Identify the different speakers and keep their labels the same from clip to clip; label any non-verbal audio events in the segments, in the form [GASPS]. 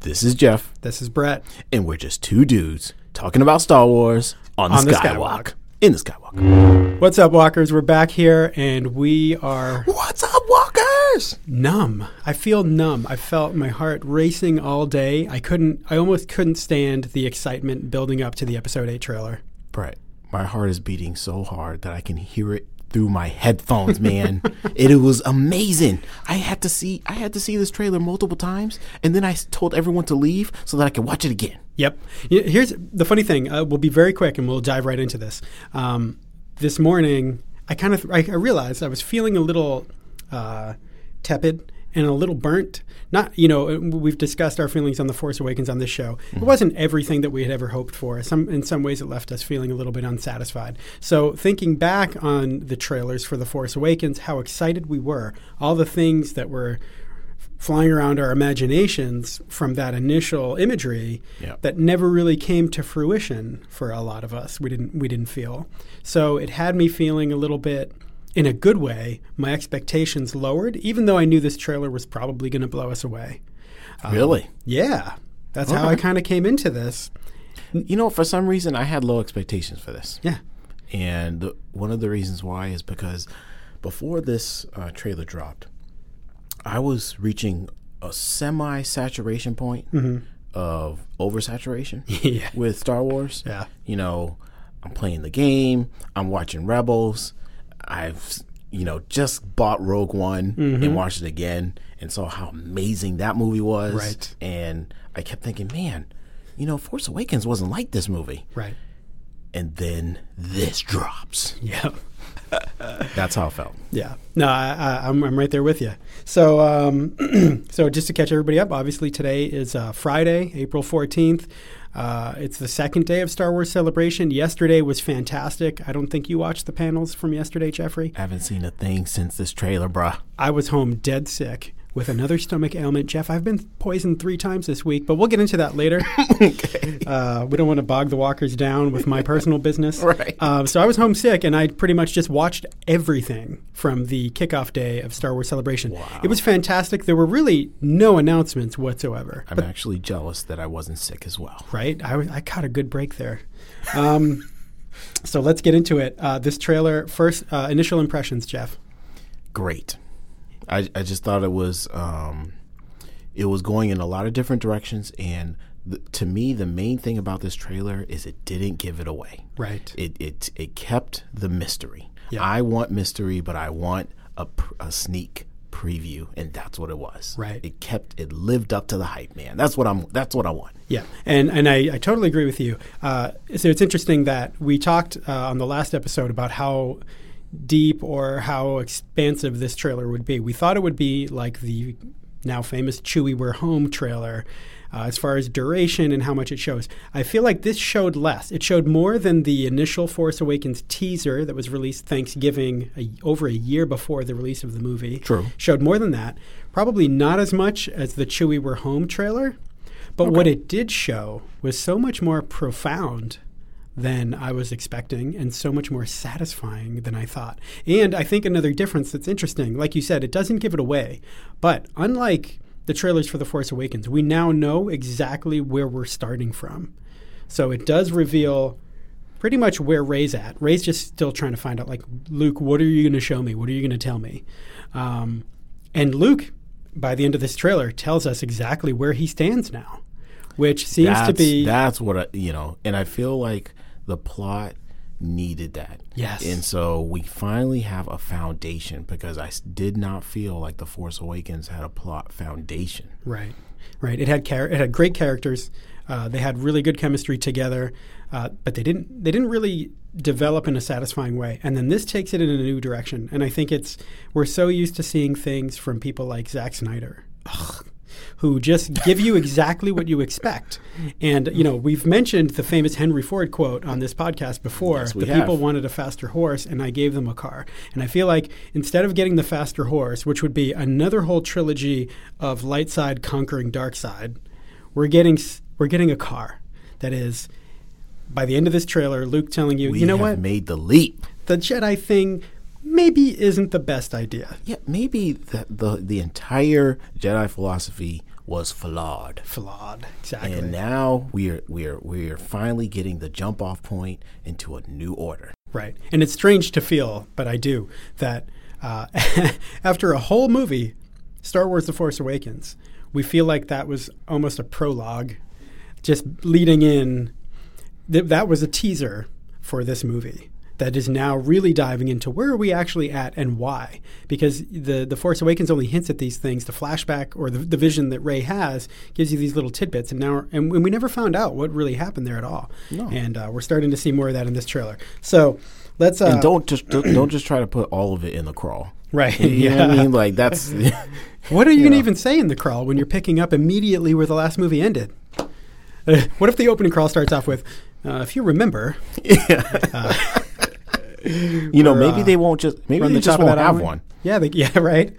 Speaker 1: This is Jeff,
Speaker 2: This is Brett.
Speaker 1: and we're just two dudes talking about Star Wars on the,
Speaker 2: On the
Speaker 1: skywalk.
Speaker 2: skywalk.
Speaker 1: In the Skywalk.
Speaker 2: What's up, walkers? We're back here and we are
Speaker 1: What's up, walkers?
Speaker 2: numb. I feel numb. I felt my heart racing all day. I couldn't, I almost couldn't stand the excitement building up to the episode 8 trailer.
Speaker 1: Brett, my heart is beating so hard that I can hear it through my headphones, man. [LAUGHS] it, was amazing. I had to see I had to see this trailer multiple times, and then I s- told everyone to leave so that I could watch it again.
Speaker 2: Yep. Y- Here's the funny thing. Uh, we'll be very quick, and we'll dive right into this. Um, this morning, I kind of I, I realized I was feeling a little uh, tepid and a little burnt. Not, you know, uh, we've discussed our feelings on the Force Awakens on this show. It wasn't everything that we had ever hoped for. Some, in some ways, it left us feeling a little bit unsatisfied. So, thinking back on the trailers for the Force Awakens, how excited we were, all the things that were flying around our imaginations from that initial imagery
Speaker 1: Yeah.
Speaker 2: that never really came to fruition for a lot of us. We didn't we didn't feel. So it had me feeling a little bit in a good way, my expectations lowered, even though I knew this trailer was probably going to blow us away.
Speaker 1: really?
Speaker 2: Yeah. That's how
Speaker 1: Okay.
Speaker 2: I kind of came into this.
Speaker 1: You know, for some reason I had low expectations for this.
Speaker 2: Yeah.
Speaker 1: And the- one of the reasons why is because before this uh, trailer dropped, I was reaching a semi saturation point of oversaturation
Speaker 2: Mm-hmm. [LAUGHS] Yeah.
Speaker 1: with Star Wars.
Speaker 2: Yeah.
Speaker 1: You know, I'm playing the game, I'm watching Rebels, I've, you know, just bought Rogue One
Speaker 2: Mm-hmm.
Speaker 1: and watched it again and saw how amazing that movie was.
Speaker 2: Right.
Speaker 1: And I kept thinking, man, you know, Force Awakens wasn't like this movie
Speaker 2: Right.
Speaker 1: and then this drops.
Speaker 2: Yeah.
Speaker 1: That's how it felt.
Speaker 2: Yeah, no, I, I, I'm, I'm right there with you. So, um, [CLEARS THROAT] so just to catch everybody up, obviously today is uh, Friday, April 14th. Uh, it's the second day of Star Wars Celebration. Yesterday was fantastic. I don't think you watched the panels from yesterday, Jeffrey.
Speaker 1: I haven't seen a thing since this trailer, bruh.
Speaker 2: I was home dead sick with another stomach ailment. Jeff, I've been poisoned three times this week, but we'll get into that later. uh, we don't want to bog the walkers down with my personal business.
Speaker 1: Right.
Speaker 2: Uh, so I was homesick, and I pretty much just watched everything from the kickoff day of Star Wars Celebration. It was fantastic. There were really no announcements whatsoever.
Speaker 1: I'm actually jealous that I wasn't sick as well.
Speaker 2: Right? I, was- I caught a good break there. Um, [LAUGHS] so let's get into it. Uh, this trailer, first uh, initial impressions, Jeff.
Speaker 1: Great. I, I just thought it was um, it was going in a lot of different directions, and th- to me, the main thing about this trailer is it didn't give it away.
Speaker 2: Right.
Speaker 1: It it it kept the mystery.
Speaker 2: Yeah.
Speaker 1: I want mystery, but I want a, pr- a sneak preview, and that's what it was.
Speaker 2: Right.
Speaker 1: It kept it lived up to the hype, man. That's what I'm. That's what I want.
Speaker 2: Yeah, and and I, I totally agree with you. Uh, so it's interesting that we talked uh, on the last episode about how deep or how expansive this trailer would be. We thought it would be like the now famous Chewy We're Home trailer. Uh, as far as duration and how much it shows, I feel like this showed less. It showed more than the initial Force Awakens teaser that was released Thanksgiving a, over a year before the release of the movie.
Speaker 1: True.
Speaker 2: Showed more than that. Probably not as much as the Chewy We're Home trailer. But what it did show was so much more profound than I was expecting and so much more satisfying than I thought. And I think another difference that's interesting, like you said, it doesn't give it away. But unlike the trailers for The Force Awakens, we now know exactly where we're starting from. So it does reveal pretty much where Ray's at. Ray's just still trying to find out, like, Luke, what are you going to show me? What are you going to tell me? Um, and Luke, by the end of this trailer, tells us exactly where he stands now, which seems
Speaker 1: that's,
Speaker 2: to be
Speaker 1: that's what I, you know and i feel like the plot needed that
Speaker 2: Yes.
Speaker 1: and so we finally have a foundation because i s- did not feel like the force awakens had a plot foundation
Speaker 2: right, right. It had char- it had great characters. Uh, they had really good chemistry together, uh, but they didn't they didn't really develop in a satisfying way. And then this takes it in a new direction. And I think it's we're so used to seeing things from people like Zack Snyder. Ugh. who just give you exactly what you expect. And, you know, we've mentioned the famous Henry Ford quote on this podcast before.
Speaker 1: we
Speaker 2: the
Speaker 1: have.
Speaker 2: people wanted a faster horse, and I gave them a car. And I feel like instead of getting the faster horse, which would be another whole trilogy of light side conquering dark side, we're getting, s- we're getting a car that is. By the end of this trailer, Luke telling you,
Speaker 1: we
Speaker 2: you know
Speaker 1: have
Speaker 2: what?
Speaker 1: made the leap
Speaker 2: the Jedi thing maybe isn't the best idea.
Speaker 1: yeah maybe the, the the entire jedi philosophy was flawed.
Speaker 2: Flawed. Exactly.
Speaker 1: And now we are we are we are finally getting the jump off point into a new order.
Speaker 2: Right. And it's strange to feel, but I do, that uh, [LAUGHS] after a whole movie, Star Wars The Force Awakens, we feel like that was almost a prologue, just leading in. Th- that was a teaser for this movie that is now really diving into where are we actually at and why because the the force awakens only hints at these things the flashback or the, the vision that ray has gives you these little tidbits and now and, we never found out what really happened there at all
Speaker 1: No.
Speaker 2: and uh, we're starting to see more of that in this trailer so let's uh,
Speaker 1: And don't just don't don't just try to put all of it in the crawl. [LAUGHS]
Speaker 2: right
Speaker 1: You
Speaker 2: [LAUGHS]
Speaker 1: know what I
Speaker 2: yeah.
Speaker 1: mean? Like that's
Speaker 2: what are you going to even say in the crawl when you're picking up immediately where the last movie ended [LAUGHS] Uh, what if the opening crawl starts off with uh, if you remember
Speaker 1: you know
Speaker 2: Or,
Speaker 1: maybe
Speaker 2: uh,
Speaker 1: they won't just maybe
Speaker 2: Run
Speaker 1: they
Speaker 2: the
Speaker 1: just
Speaker 2: top of
Speaker 1: won't
Speaker 2: that
Speaker 1: have
Speaker 2: hour.
Speaker 1: one.
Speaker 2: Yeah, they, [LAUGHS] yeah, right.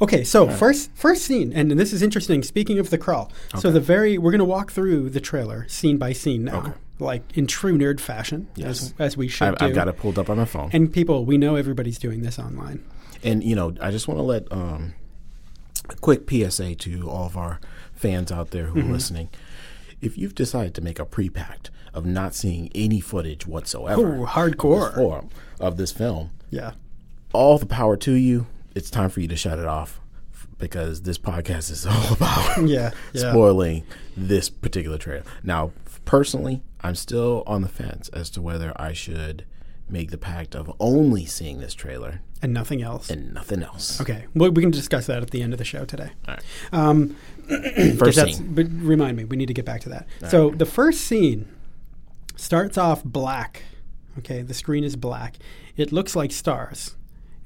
Speaker 2: Okay, so first first scene, and this is interesting. Speaking of the crawl, so the very we're going to walk through the trailer scene by scene now, like in true nerd fashion,
Speaker 1: Yes.
Speaker 2: as, as we should
Speaker 1: I've,
Speaker 2: do.
Speaker 1: I've got it pulled up on my phone.
Speaker 2: And people, we know everybody's doing this online.
Speaker 1: And you know, I just want to let um, a quick PSA to all of our fans out there who
Speaker 2: Mm-hmm.
Speaker 1: are listening. If you've decided to make a pre-pact of not seeing any footage whatsoever
Speaker 2: Ooh, hardcore.
Speaker 1: before of this film,
Speaker 2: Yeah,
Speaker 1: all the power to you. It's time for you to shut it off f- because this podcast is [LAUGHS] all about
Speaker 2: yeah, yeah.
Speaker 1: spoiling this particular trailer. Now, f- personally, I'm still on the fence as to whether I should make the pact of only seeing this trailer
Speaker 2: And nothing else.
Speaker 1: and nothing else.
Speaker 2: okay, well, we can discuss that at the end of the show today.
Speaker 1: All right.
Speaker 2: Um,
Speaker 1: First
Speaker 2: That's-
Speaker 1: scene.
Speaker 2: But remind me, we need to get back to that. so the first scene starts off black. Okay, the screen is black. It looks like stars,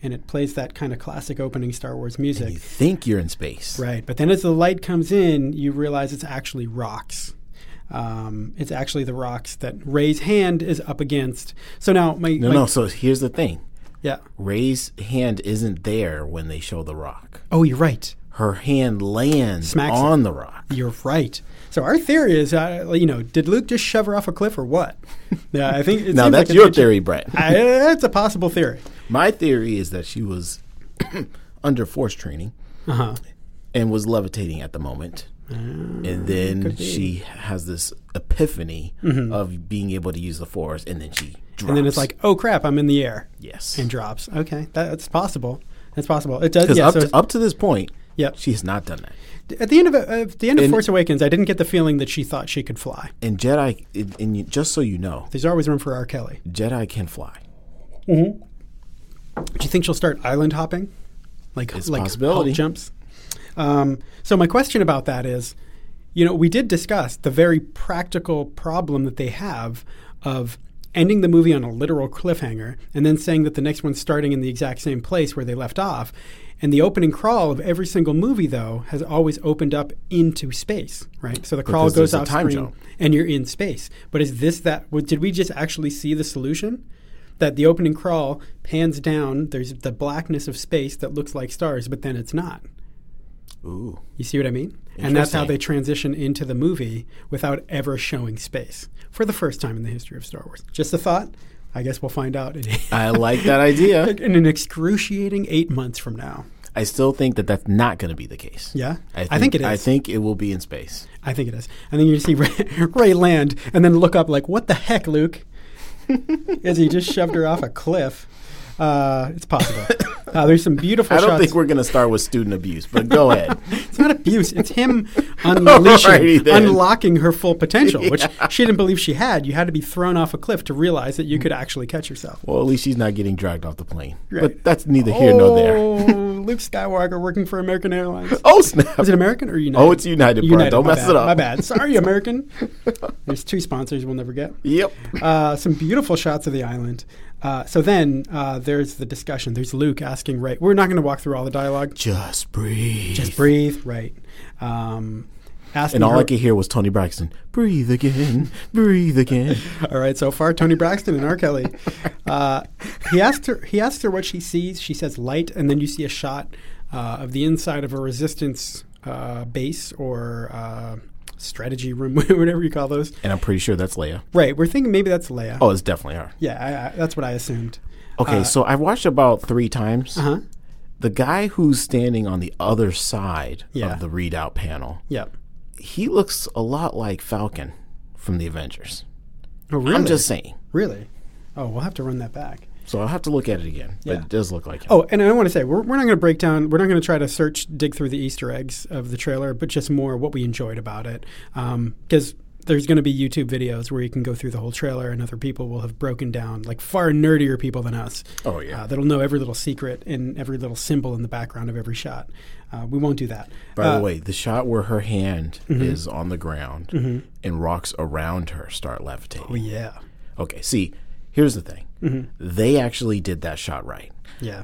Speaker 2: and it plays that kind of classic opening Star Wars music.
Speaker 1: You think you're in space.
Speaker 2: Right. But then as the light comes in, you realize it's actually rocks. Um, it's actually the rocks that Ray's hand is up against. So now my,
Speaker 1: No,
Speaker 2: my-
Speaker 1: no. So here's the thing
Speaker 2: yeah.
Speaker 1: Ray's hand isn't there when they show the rock.
Speaker 2: Oh, you're right.
Speaker 1: Her hand lands
Speaker 2: Smacks
Speaker 1: on the rock.
Speaker 2: You're right. So our theory is, uh, you know, did Luke just shove her off a cliff
Speaker 1: [LAUGHS]
Speaker 2: or what? Yeah, I think it
Speaker 1: Now,
Speaker 2: seems
Speaker 1: that's
Speaker 2: like
Speaker 1: your
Speaker 2: it's-
Speaker 1: theory, Brett.
Speaker 2: I, that's a possible theory.
Speaker 1: My theory is that she was [CLEARS THROAT] under force training
Speaker 2: Uh huh.
Speaker 1: Uh-huh. and was levitating at the moment.
Speaker 2: Ah,
Speaker 1: And then she has this epiphany of being able to use the force, and then she drops.
Speaker 2: Mm-hmm. And then it's like, oh crap, I'm in the air
Speaker 1: yes,
Speaker 2: and drops. Okay, that, that's possible. That's possible. It does.
Speaker 1: because
Speaker 2: Yeah.
Speaker 1: up,
Speaker 2: So
Speaker 1: to, up to this point,
Speaker 2: Yep.
Speaker 1: she has not done that.
Speaker 2: at the end of uh, at the end of
Speaker 1: And-
Speaker 2: Force Awakens, I didn't get the feeling that she thought she could fly.
Speaker 1: And Jedi, and, and you- just so you know,
Speaker 2: There's always room for R. Kelly.
Speaker 1: Jedi can fly.
Speaker 2: Do you think she'll start island hopping, like
Speaker 1: It's a
Speaker 2: like
Speaker 1: possibility.
Speaker 2: Hulk jumps? Um, so my question about that is, you know, we did discuss the very practical problem that they have of ending the movie on a literal cliffhanger and then saying that the next one's starting in the exact same place where they left off. And the opening crawl of every single movie, though, has always opened up into space, right? So the crawl
Speaker 1: Because
Speaker 2: goes
Speaker 1: there's a
Speaker 2: off
Speaker 1: time
Speaker 2: screen
Speaker 1: jump.
Speaker 2: and you're in space. But is this that? w- Did we just actually see the solution? That the opening crawl pans down. There's the blackness of space that looks like stars, but then it's not.
Speaker 1: Ooh,
Speaker 2: You see what I mean? And that's how
Speaker 1: Interesting.
Speaker 2: they transition into the movie without ever showing space for the first time in the history of Star Wars. Just a thought. I guess we'll find out in,
Speaker 1: I like that [LAUGHS] idea.
Speaker 2: [LAUGHS] in an excruciating eight months from now.
Speaker 1: I still think that that's not going to be the case.
Speaker 2: Yeah,
Speaker 1: I think,
Speaker 2: it is.
Speaker 1: I think it will be in space.
Speaker 2: I think it is. And then you see [LAUGHS] Ray, Ray land and then look up like, what the heck, Luke?
Speaker 1: [LAUGHS]
Speaker 2: Is he just shoved her off a cliff? Uh, it's possible.
Speaker 1: [LAUGHS]
Speaker 2: Uh, there's some beautiful
Speaker 1: I don't
Speaker 2: shots.
Speaker 1: think we're going to start with student abuse, but
Speaker 2: [LAUGHS]
Speaker 1: go ahead.
Speaker 2: it's not abuse.
Speaker 1: [LAUGHS]
Speaker 2: It's him unleashing,
Speaker 1: Alrighty then.
Speaker 2: unlocking her full potential, which she didn't believe she had. You had to be thrown off a cliff to realize that you could actually catch yourself.
Speaker 1: Well, at least she's not getting dragged off the plane.
Speaker 2: Right.
Speaker 1: But that's neither here nor there.
Speaker 2: Oh, Luke Skywalker working for American Airlines.
Speaker 1: [LAUGHS] Oh snap!
Speaker 2: Is it American or United?
Speaker 1: Oh, it's United. bro.
Speaker 2: United.
Speaker 1: Don't
Speaker 2: my
Speaker 1: mess
Speaker 2: bad,
Speaker 1: it up.
Speaker 2: My
Speaker 1: [LAUGHS]
Speaker 2: bad. Sorry, American. There's two sponsors we'll never get.
Speaker 1: Yep.
Speaker 2: Uh, some beautiful shots of the island. Uh, so then uh, there's the discussion. There's Luke asking Ray. We're not going to walk through all the dialogue.
Speaker 1: Just breathe.
Speaker 2: Just breathe, right? Um, asking
Speaker 1: And all
Speaker 2: her-
Speaker 1: I could hear was Tony Braxton. Breathe again. Breathe again.
Speaker 2: [LAUGHS] All right, so far Tony Braxton and R. Kelly. Uh, he asked her. He asked her what she sees. She says light, and then you see a shot uh, of the inside of a resistance uh, base or uh, strategy room, [LAUGHS] whatever you call those.
Speaker 1: [LAUGHS] And I'm pretty sure that's Leia.
Speaker 2: Right, we're thinking maybe that's Leia.
Speaker 1: Oh, it's definitely her. Uh,
Speaker 2: Yeah, I, I, that's what I assumed.
Speaker 1: Okay, so I've watched about three times,
Speaker 2: Uh huh.
Speaker 1: the guy who's standing on the other side
Speaker 2: Yeah.
Speaker 1: of the readout panel,
Speaker 2: Yep.
Speaker 1: he looks a lot like Falcon from the Avengers.
Speaker 2: Oh, really?
Speaker 1: I'm just saying.
Speaker 2: really. Oh, we'll have to run that back.
Speaker 1: So I'll have to look at it again. But
Speaker 2: Yeah.
Speaker 1: it does look like him.
Speaker 2: Oh, and I want to say we're, we're not going to break down. We're not going to try to search, dig through the Easter eggs of the trailer, but just more what we enjoyed about it. Because there's going to be YouTube videos where you can go through the whole trailer, and other people will have broken down like far nerdier people than us.
Speaker 1: Oh, yeah.
Speaker 2: uh, that'll know every little secret and every little symbol in the background of every shot. Uh, we won't do that.
Speaker 1: By the way, the shot where her hand is on the ground and rocks around her start levitating.
Speaker 2: Oh, yeah,
Speaker 1: Okay, see, here's the thing. They actually did that shot right.
Speaker 2: yeah.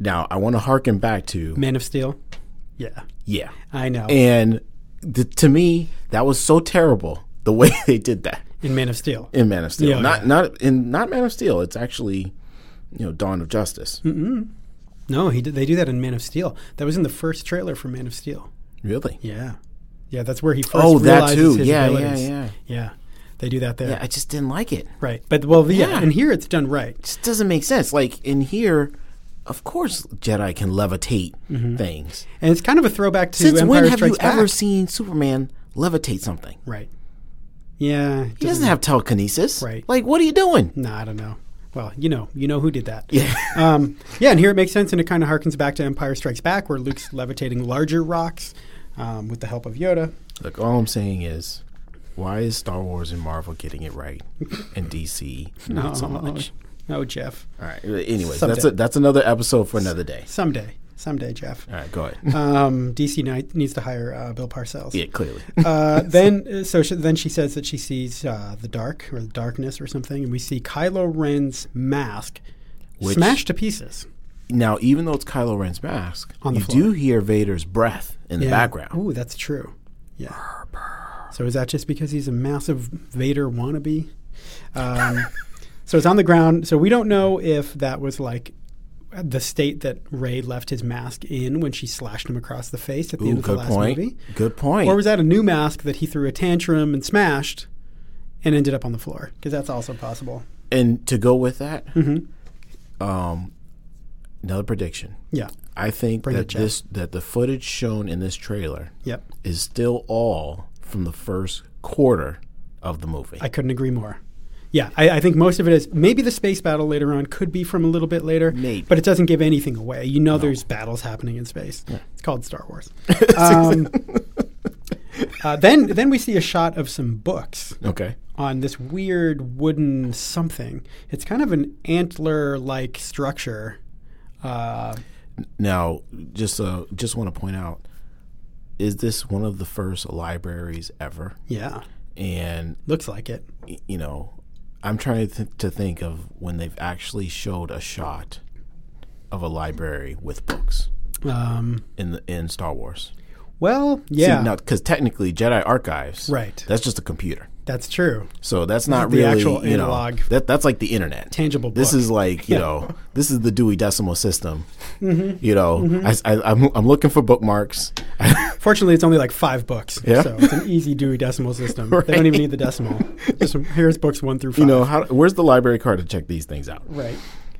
Speaker 1: Now, I want to harken back to
Speaker 2: Man of Steel. Yeah,
Speaker 1: yeah.
Speaker 2: I know.
Speaker 1: And the, to me, that was so terrible the way [LAUGHS] they did that
Speaker 2: in Man of Steel.
Speaker 1: in Man of Steel.
Speaker 2: Yeah,
Speaker 1: not not in not Man of Steel. It's actually you know Dawn of Justice.
Speaker 2: No, he did, they do that in Man of Steel. That was in the first trailer for Man of Steel.
Speaker 1: Really?
Speaker 2: Yeah, yeah, that's where he first.
Speaker 1: Oh, that
Speaker 2: realizes
Speaker 1: too.
Speaker 2: His
Speaker 1: Yeah, yeah,
Speaker 2: abilities.
Speaker 1: yeah,
Speaker 2: Yeah, they do that there.
Speaker 1: yeah. I just didn't like it.
Speaker 2: Right, but well, yeah,
Speaker 1: Yeah.
Speaker 2: and here it's done right.
Speaker 1: just doesn't make sense. Like in here, of course, Jedi can levitate things.
Speaker 2: And it's kind of a throwback to
Speaker 1: Since
Speaker 2: Empire
Speaker 1: when have you
Speaker 2: Strikes Back.
Speaker 1: ever seen Superman levitate something?
Speaker 2: right. Yeah,
Speaker 1: He doesn't have telekinesis.
Speaker 2: Right.
Speaker 1: Like, what are you doing?
Speaker 2: Nah, I don't know. Well, you know, you know who did that.
Speaker 1: Yeah.
Speaker 2: [LAUGHS] um, yeah, and here it makes sense, and it kind of harkens back to Empire Strikes Back, where Luke's levitating larger rocks um, with the help of Yoda.
Speaker 1: Look, all I'm saying is, why is Star Wars and Marvel getting it right, and
Speaker 2: [LAUGHS]
Speaker 1: DC not so
Speaker 2: Oh,
Speaker 1: much?
Speaker 2: No, Jeff.
Speaker 1: All right. uh, Anyways,
Speaker 2: Someday.
Speaker 1: that's a, that's another episode for another day.
Speaker 2: Someday, someday, Jeff.
Speaker 1: All right, go ahead.
Speaker 2: [LAUGHS] Um, DC ni- needs to hire uh, Bill Parcells.
Speaker 1: yeah, clearly. [LAUGHS]
Speaker 2: Uh, then, uh, so she, then she says that she sees uh, the dark or the darkness or something, and we see Kylo Ren's mask
Speaker 1: Which-
Speaker 2: smashed to pieces.
Speaker 1: now, even though it's Kylo Ren's mask,
Speaker 2: On the
Speaker 1: you do hear Vader's breath in the background.
Speaker 2: Ooh, that's true. Yeah. So is that just because he's a massive Vader wannabe? Um, [LAUGHS] so it's on the ground. So we don't know if that was like the state that Ray left his mask in when she slashed him across the face at the
Speaker 1: Ooh,
Speaker 2: end of the
Speaker 1: good
Speaker 2: last
Speaker 1: point.
Speaker 2: movie,
Speaker 1: Good point.
Speaker 2: or was that a new mask that he threw a tantrum and smashed and ended up on the floor? Because that's also possible.
Speaker 1: And to go with that,
Speaker 2: Mm-hmm.
Speaker 1: um, another prediction.
Speaker 2: Yeah.
Speaker 1: I think
Speaker 2: Bring it,
Speaker 1: that
Speaker 2: Jeff.
Speaker 1: this that the footage shown in this trailer
Speaker 2: Yep.
Speaker 1: is still all from the first quarter of the movie.
Speaker 2: I couldn't agree more. Yeah, I, I think most of it is maybe the space battle later on could be from a little bit later,
Speaker 1: Maybe.
Speaker 2: but it doesn't give anything away. You know, there's battles happening in space. It's called Star Wars. um, uh, then, then we see a shot of some books
Speaker 1: okay.
Speaker 2: on this weird wooden something. It's kind of an antler-like structure. Uh,
Speaker 1: Now, just uh, just want to point out, is this one of the first libraries ever?
Speaker 2: yeah,
Speaker 1: And
Speaker 2: looks like it.
Speaker 1: y- you know, I'm trying to, th- to think of when they've actually showed a shot of a library with books
Speaker 2: Um,
Speaker 1: in the, in Star Wars.
Speaker 2: well,
Speaker 1: See,
Speaker 2: yeah,
Speaker 1: now because technically Jedi Archives,
Speaker 2: Right.
Speaker 1: That's just a computer,
Speaker 2: that's true.
Speaker 1: so that's not
Speaker 2: the
Speaker 1: really
Speaker 2: actual
Speaker 1: you
Speaker 2: analog.
Speaker 1: know that that's like the internet.
Speaker 2: Tangible
Speaker 1: This
Speaker 2: book.
Speaker 1: is like you
Speaker 2: [LAUGHS]
Speaker 1: know this is the Dewey Decimal System.
Speaker 2: Mm-hmm.
Speaker 1: You know, I, am I'm looking for bookmarks. [LAUGHS]
Speaker 2: Fortunately, it's only like five books,
Speaker 1: Yeah.
Speaker 2: so it's an easy Dewey decimal system. They don't even need the decimal.
Speaker 1: [LAUGHS]
Speaker 2: Just here's books one through five.
Speaker 1: You know, how, where's the library card to check these things out?
Speaker 2: right?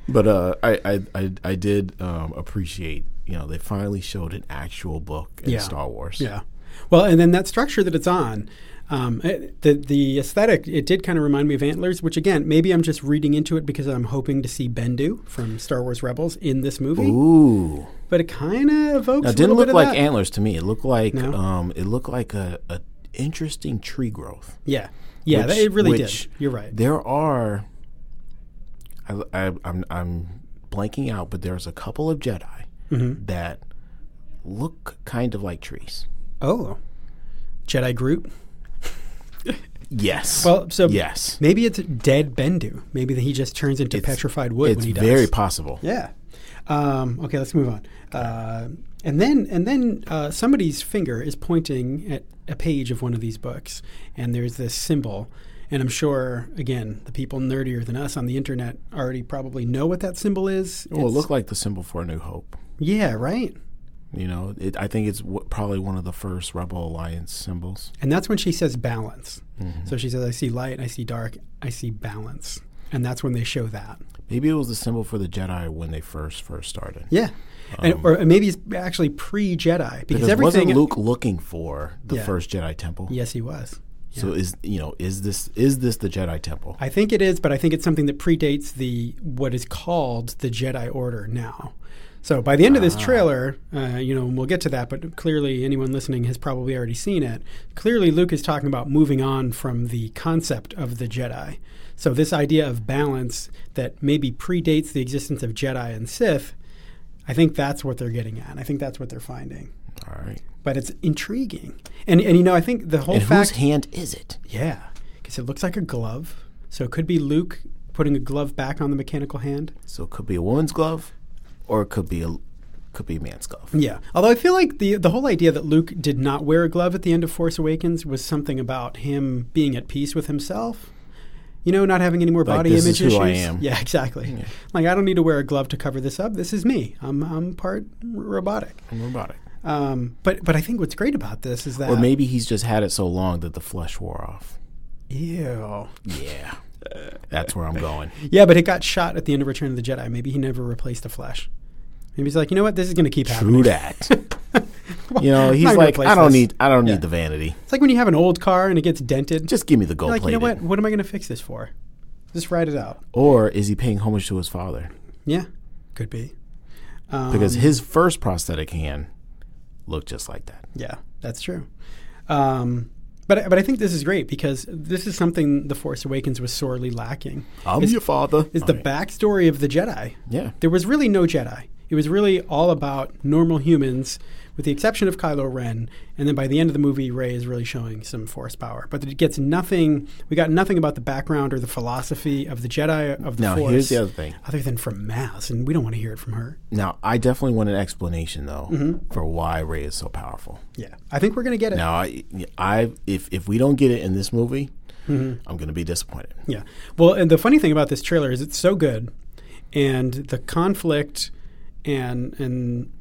Speaker 1: But uh, I, I I I did um, appreciate you know they finally showed an actual book in
Speaker 2: Yeah.
Speaker 1: Star Wars.
Speaker 2: Yeah. Well, and then that structure that it's on, um, it- the the aesthetic, it did kind of remind me of antlers. Which again, maybe I'm just reading into it because I'm hoping to see Bendu from Star Wars Rebels in this movie.
Speaker 1: Ooh,
Speaker 2: But it kind of evokes.
Speaker 1: now,
Speaker 2: a
Speaker 1: it didn't
Speaker 2: little
Speaker 1: look
Speaker 2: bit of
Speaker 1: like
Speaker 2: that.
Speaker 1: antlers to me. It looked like
Speaker 2: No?
Speaker 1: um, it looked like a, a interesting tree growth.
Speaker 2: Yeah. Yeah,
Speaker 1: Which-
Speaker 2: that- it really
Speaker 1: which-
Speaker 2: did. You're right.
Speaker 1: There are. I, I, I'm I'm blanking out, but there's a couple of Jedi
Speaker 2: Mm-hmm.
Speaker 1: that look kind of like trees.
Speaker 2: Oh, Jedi Groot.
Speaker 1: Yes.
Speaker 2: Well, so
Speaker 1: yes,
Speaker 2: Maybe it's dead Bendu. Maybe that he just turns into petrified wood
Speaker 1: it's
Speaker 2: when he dies.
Speaker 1: very possible.
Speaker 2: Yeah. Um, okay, let's move on. Uh, and then, and then uh, somebody's finger is pointing at a page of one of these books, and there's this symbol. And I'm sure, again, the people nerdier than us on the internet already probably know what that symbol is.
Speaker 1: Well, it
Speaker 2: It's-
Speaker 1: looked like the symbol for a new hope.
Speaker 2: yeah, right.
Speaker 1: You know, it, I think it's w- probably one of the first Rebel Alliance symbols. Mm-hmm.
Speaker 2: And that's when she says balance. So she says, "I see light, I see dark, I see balance." and that's when they show that.
Speaker 1: Maybe it was the symbol for the Jedi when they first first started.
Speaker 2: Yeah, and, or maybe it's actually pre Jedi because,
Speaker 1: Because
Speaker 2: everything.
Speaker 1: Um, wasn't Luke looking for the
Speaker 2: Yeah.
Speaker 1: first Jedi temple?
Speaker 2: yes, he was.
Speaker 1: So is you know is this is this the Jedi temple?
Speaker 2: I think it is, but I think it's something that predates the what is called the Jedi Order now. So by the end of
Speaker 1: Ah.
Speaker 2: this trailer, uh, you know, and we'll get to that, but clearly anyone listening has probably already seen it. Clearly, Luke is talking about moving on from the concept of the Jedi. So this idea of balance that maybe predates the existence of Jedi and Sith, I think that's what they're getting at. I think that's what they're finding.
Speaker 1: All right.
Speaker 2: But it's intriguing, and and you know, I think the whole
Speaker 1: And
Speaker 2: fact
Speaker 1: whose hand is it?
Speaker 2: yeah, because it looks like a glove. So it could be Luke putting a glove back on the mechanical hand.
Speaker 1: So it could be a woman's glove, or it could be a could be a man's glove.
Speaker 2: Yeah. Although I feel like the the whole idea that Luke did not wear a glove at the end of Force Awakens was something about him being at peace with himself. You know, not having any more body
Speaker 1: this
Speaker 2: image
Speaker 1: is
Speaker 2: issues.
Speaker 1: who I am.
Speaker 2: Yeah, exactly. Like I don't need to wear a glove to cover this up. This is me. I'm I'm part robotic. Uh,
Speaker 1: I'm robotic.
Speaker 2: Um, but but I think what's great about this is that
Speaker 1: Or maybe he's just had it so long that the flesh wore off.
Speaker 2: ew.
Speaker 1: Yeah. That's
Speaker 2: [LAUGHS]
Speaker 1: where I'm going.
Speaker 2: Yeah, but it got shot at the end of Return of the Jedi. Maybe he never replaced the Flash. Maybe he's like, you know what? This is going to keep
Speaker 1: True
Speaker 2: happening.
Speaker 1: that. You know,
Speaker 2: [LAUGHS] I'm
Speaker 1: he's
Speaker 2: not gonna
Speaker 1: like,
Speaker 2: replace
Speaker 1: I don't
Speaker 2: this."
Speaker 1: need, I don't need the vanity.
Speaker 2: It's like when you have an old car and it gets dented.
Speaker 1: Just give me the gold
Speaker 2: like, you know
Speaker 1: plated.
Speaker 2: what? What am I going to fix this for? Just ride it out.
Speaker 1: Or is he paying homage to his father
Speaker 2: Yeah, could be. Um,
Speaker 1: because his first prosthetic hand looked just like that?
Speaker 2: yeah, that's true. Um, but but I think this is great because this is something the Force Awakens was sorely lacking.
Speaker 1: I'm your father.
Speaker 2: Is the backstory of the Jedi.
Speaker 1: yeah?
Speaker 2: There was really no Jedi. It was really all about normal humans, with the exception of Kylo Ren. And then by the end of the movie, Rey is really showing some force power. But it gets nothing. We got nothing about the background or the philosophy of the Jedi of the
Speaker 1: Now,
Speaker 2: Force.
Speaker 1: here's the other thing.
Speaker 2: other than from Mass, and we don't want to hear it from her.
Speaker 1: Now, I definitely want an explanation though
Speaker 2: Mm-hmm.
Speaker 1: for why Ray is so powerful.
Speaker 2: Yeah, I think we're gonna get it.
Speaker 1: Now, I, I, if if we don't get it in this movie,
Speaker 2: Mm-hmm.
Speaker 1: I'm going to be disappointed.
Speaker 2: Yeah. Well, and the funny thing about this trailer is it's so good, and the conflict, and and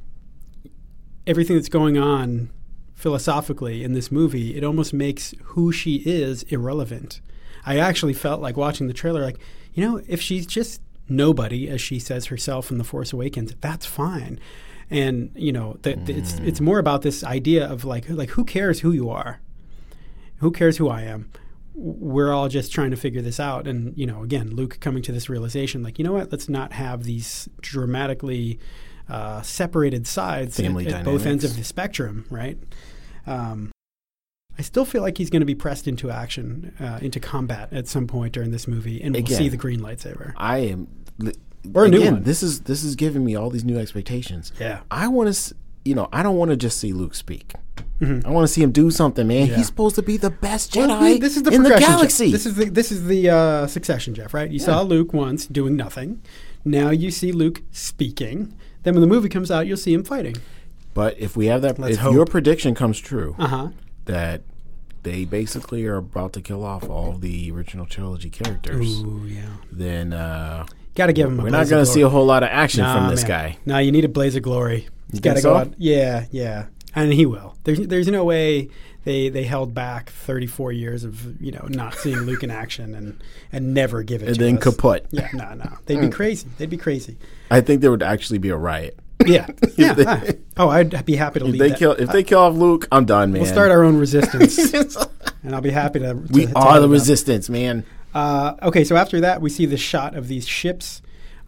Speaker 2: everything that's going on philosophically in this movie, it almost makes who she is irrelevant. I actually felt like watching the trailer, like you know, if she's just nobody, as she says herself in The Force Awakens, that's fine. And you know, the, the- it's it's more about this idea of like like who cares who you are. who cares who I am? We're all just trying to figure this out. And, you know, again, Luke coming to this realization like, you know what? Let's not have these dramatically uh, separated sides at-
Speaker 1: Family
Speaker 2: at, both ends
Speaker 1: dynamics.
Speaker 2: of the spectrum, right? Um, I still feel like he's going to be pressed into action, uh, into combat at some point during this movie, and we'll
Speaker 1: Again.
Speaker 2: see the green lightsaber.
Speaker 1: I am. li-
Speaker 2: Or a new
Speaker 1: again,
Speaker 2: one.
Speaker 1: This is this is giving me all these new expectations.
Speaker 2: Yeah.
Speaker 1: I want to, you know, I don't want to just see Luke speak. I want to see him do something, man.
Speaker 2: Mm-hmm. Yeah.
Speaker 1: He's supposed to be the best Jedi
Speaker 2: Well, th- this is the
Speaker 1: in the
Speaker 2: progression, Jeff.
Speaker 1: galaxy.
Speaker 2: This is the this is the uh, succession, Jeff. Right? You saw Luke once doing nothing. Now you see Luke speaking. Then when the movie comes out, you'll see him fighting.
Speaker 1: but if we have that,
Speaker 2: Let's
Speaker 1: if
Speaker 2: hope.
Speaker 1: your prediction comes true,
Speaker 2: Uh huh.
Speaker 1: that they basically are about to kill off all the original trilogy characters,
Speaker 2: Ooh yeah.
Speaker 1: then uh,
Speaker 2: Got to give him. A
Speaker 1: we're not
Speaker 2: going
Speaker 1: going
Speaker 2: to
Speaker 1: to see a whole lot of action from this guy.
Speaker 2: No, you need a blaze of glory. You got to
Speaker 1: think
Speaker 2: go
Speaker 1: so?
Speaker 2: out. Yeah, yeah. And he will. There's there's no way they they held back 34 years of you know not seeing Luke in action and and never give it.
Speaker 1: And
Speaker 2: to
Speaker 1: then
Speaker 2: us.
Speaker 1: kaput. Hmm.
Speaker 2: Yeah, no, no.
Speaker 1: [LAUGHS]
Speaker 2: They'd be crazy. They'd be crazy.
Speaker 1: I think there would actually be a riot. [LAUGHS]
Speaker 2: Yeah, yeah. I- oh, I'd be happy to lead
Speaker 1: They
Speaker 2: that.
Speaker 1: kill if they kill off Luke, I'm done, man.
Speaker 2: We'll start our [LAUGHS]
Speaker 1: [LAUGHS]
Speaker 2: own resistance, and I'll be happy to. to
Speaker 1: we
Speaker 2: to
Speaker 1: are
Speaker 2: help
Speaker 1: the
Speaker 2: out.
Speaker 1: resistance, man.
Speaker 2: Uh, okay, so after that, we see the shot of these ships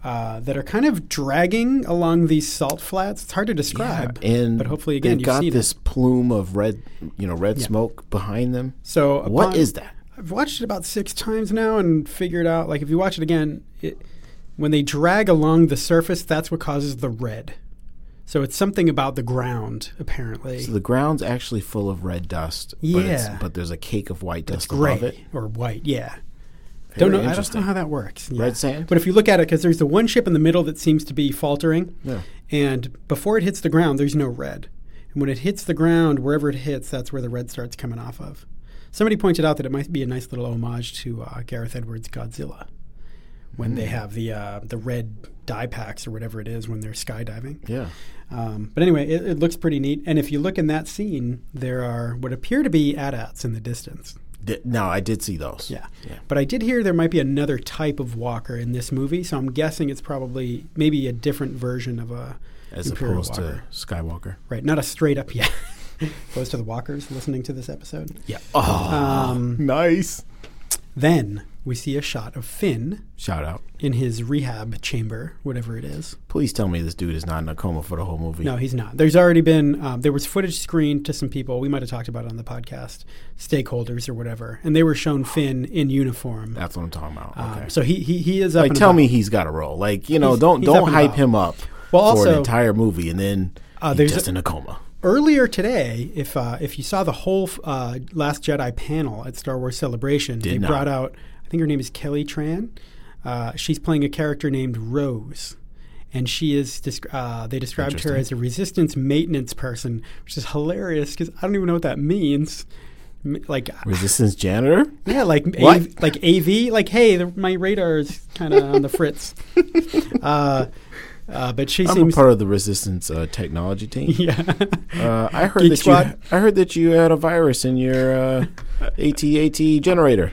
Speaker 2: uh, that are kind of dragging along these salt flats. It's hard to describe,
Speaker 1: And
Speaker 2: but hopefully, again,
Speaker 1: they
Speaker 2: you've
Speaker 1: got
Speaker 2: seen
Speaker 1: this plume of red, you know, red smoke behind them.
Speaker 2: it. So upon,
Speaker 1: what is that?
Speaker 2: I've watched it about six times now and figured out. Like, if you watch it again, it, when they drag along the surface, that's what causes the red. So it's something about the ground, apparently.
Speaker 1: So the ground's actually full of red dust. But, it's-
Speaker 2: Yeah.
Speaker 1: but there's a cake of white dust
Speaker 2: gray
Speaker 1: above it.
Speaker 2: or white. Yeah.
Speaker 1: Very
Speaker 2: don't know. I don't know
Speaker 1: interesting.
Speaker 2: how that works. Yeah.
Speaker 1: Red sand?
Speaker 2: But if you look at it, because there's the one ship in the middle that seems to be faltering,
Speaker 1: Yeah.
Speaker 2: and before it hits the ground, there's no red. And when it hits the ground, wherever it hits, that's where the red starts coming off of. Somebody pointed out that it might be a nice little homage to uh, Gareth Edwards' Godzilla, when
Speaker 1: Hmm.
Speaker 2: they have the uh, the red dye packs or whatever it is when they're skydiving.
Speaker 1: Yeah.
Speaker 2: Um, but anyway, it, it looks pretty neat. And if you look in that scene, there are what appear to be AT-ATs in the distance.
Speaker 1: Th- no, I did see those.
Speaker 2: Yeah. But I did hear there might be another type of walker in this movie, so I'm guessing it's probably maybe a different version of a
Speaker 1: As
Speaker 2: Imperial
Speaker 1: opposed
Speaker 2: walker.
Speaker 1: to Skywalker.
Speaker 2: right, not a straight up [LAUGHS] yeah. Goes to the walkers listening to this episode.
Speaker 1: Yeah. Oh,
Speaker 2: Um,
Speaker 1: nice.
Speaker 2: then we see a shot of Finn
Speaker 1: Shout out.
Speaker 2: in his rehab chamber, whatever it is.
Speaker 1: Please tell me this dude is not in a coma for the whole movie.
Speaker 2: No, he's not. There's already been um, there was footage screened to some people. We might have talked about it on the podcast, stakeholders or whatever, and they were shown Finn in uniform.
Speaker 1: That's what I'm talking about.
Speaker 2: Um,
Speaker 1: Okay.
Speaker 2: So he he, he is up.
Speaker 1: like
Speaker 2: and
Speaker 1: tell
Speaker 2: about.
Speaker 1: me he's got a role. Like, you know,
Speaker 2: He's-
Speaker 1: don't
Speaker 2: he's up
Speaker 1: don't
Speaker 2: and
Speaker 1: hype
Speaker 2: about.
Speaker 1: him up
Speaker 2: Well,
Speaker 1: for an
Speaker 2: also-
Speaker 1: entire movie and then
Speaker 2: Uh,
Speaker 1: he's
Speaker 2: there's
Speaker 1: just
Speaker 2: a-
Speaker 1: in a coma.
Speaker 2: earlier today, if uh, if you saw the whole uh, Last Jedi panel at Star Wars Celebration, they
Speaker 1: not.
Speaker 2: brought out. I think her name is Kelly Tran. Uh, she's playing a character named Rose, and she is. Desc- uh, they described her as a resistance maintenance person, which is hilarious because I don't even know what that means. M- Like
Speaker 1: Resistance janitor?
Speaker 2: yeah, like
Speaker 1: What?
Speaker 2: AV, like AV, like hey, the, my radar is kind of on the
Speaker 1: [LAUGHS]
Speaker 2: fritz. Uh, uh, but she
Speaker 1: I'm
Speaker 2: seems
Speaker 1: a part of the resistance uh, technology team.
Speaker 2: [LAUGHS] yeah.
Speaker 1: Uh, I heard
Speaker 2: Geek
Speaker 1: that
Speaker 2: Squad.
Speaker 1: you I heard that you had a virus in your uh, ATAT generator.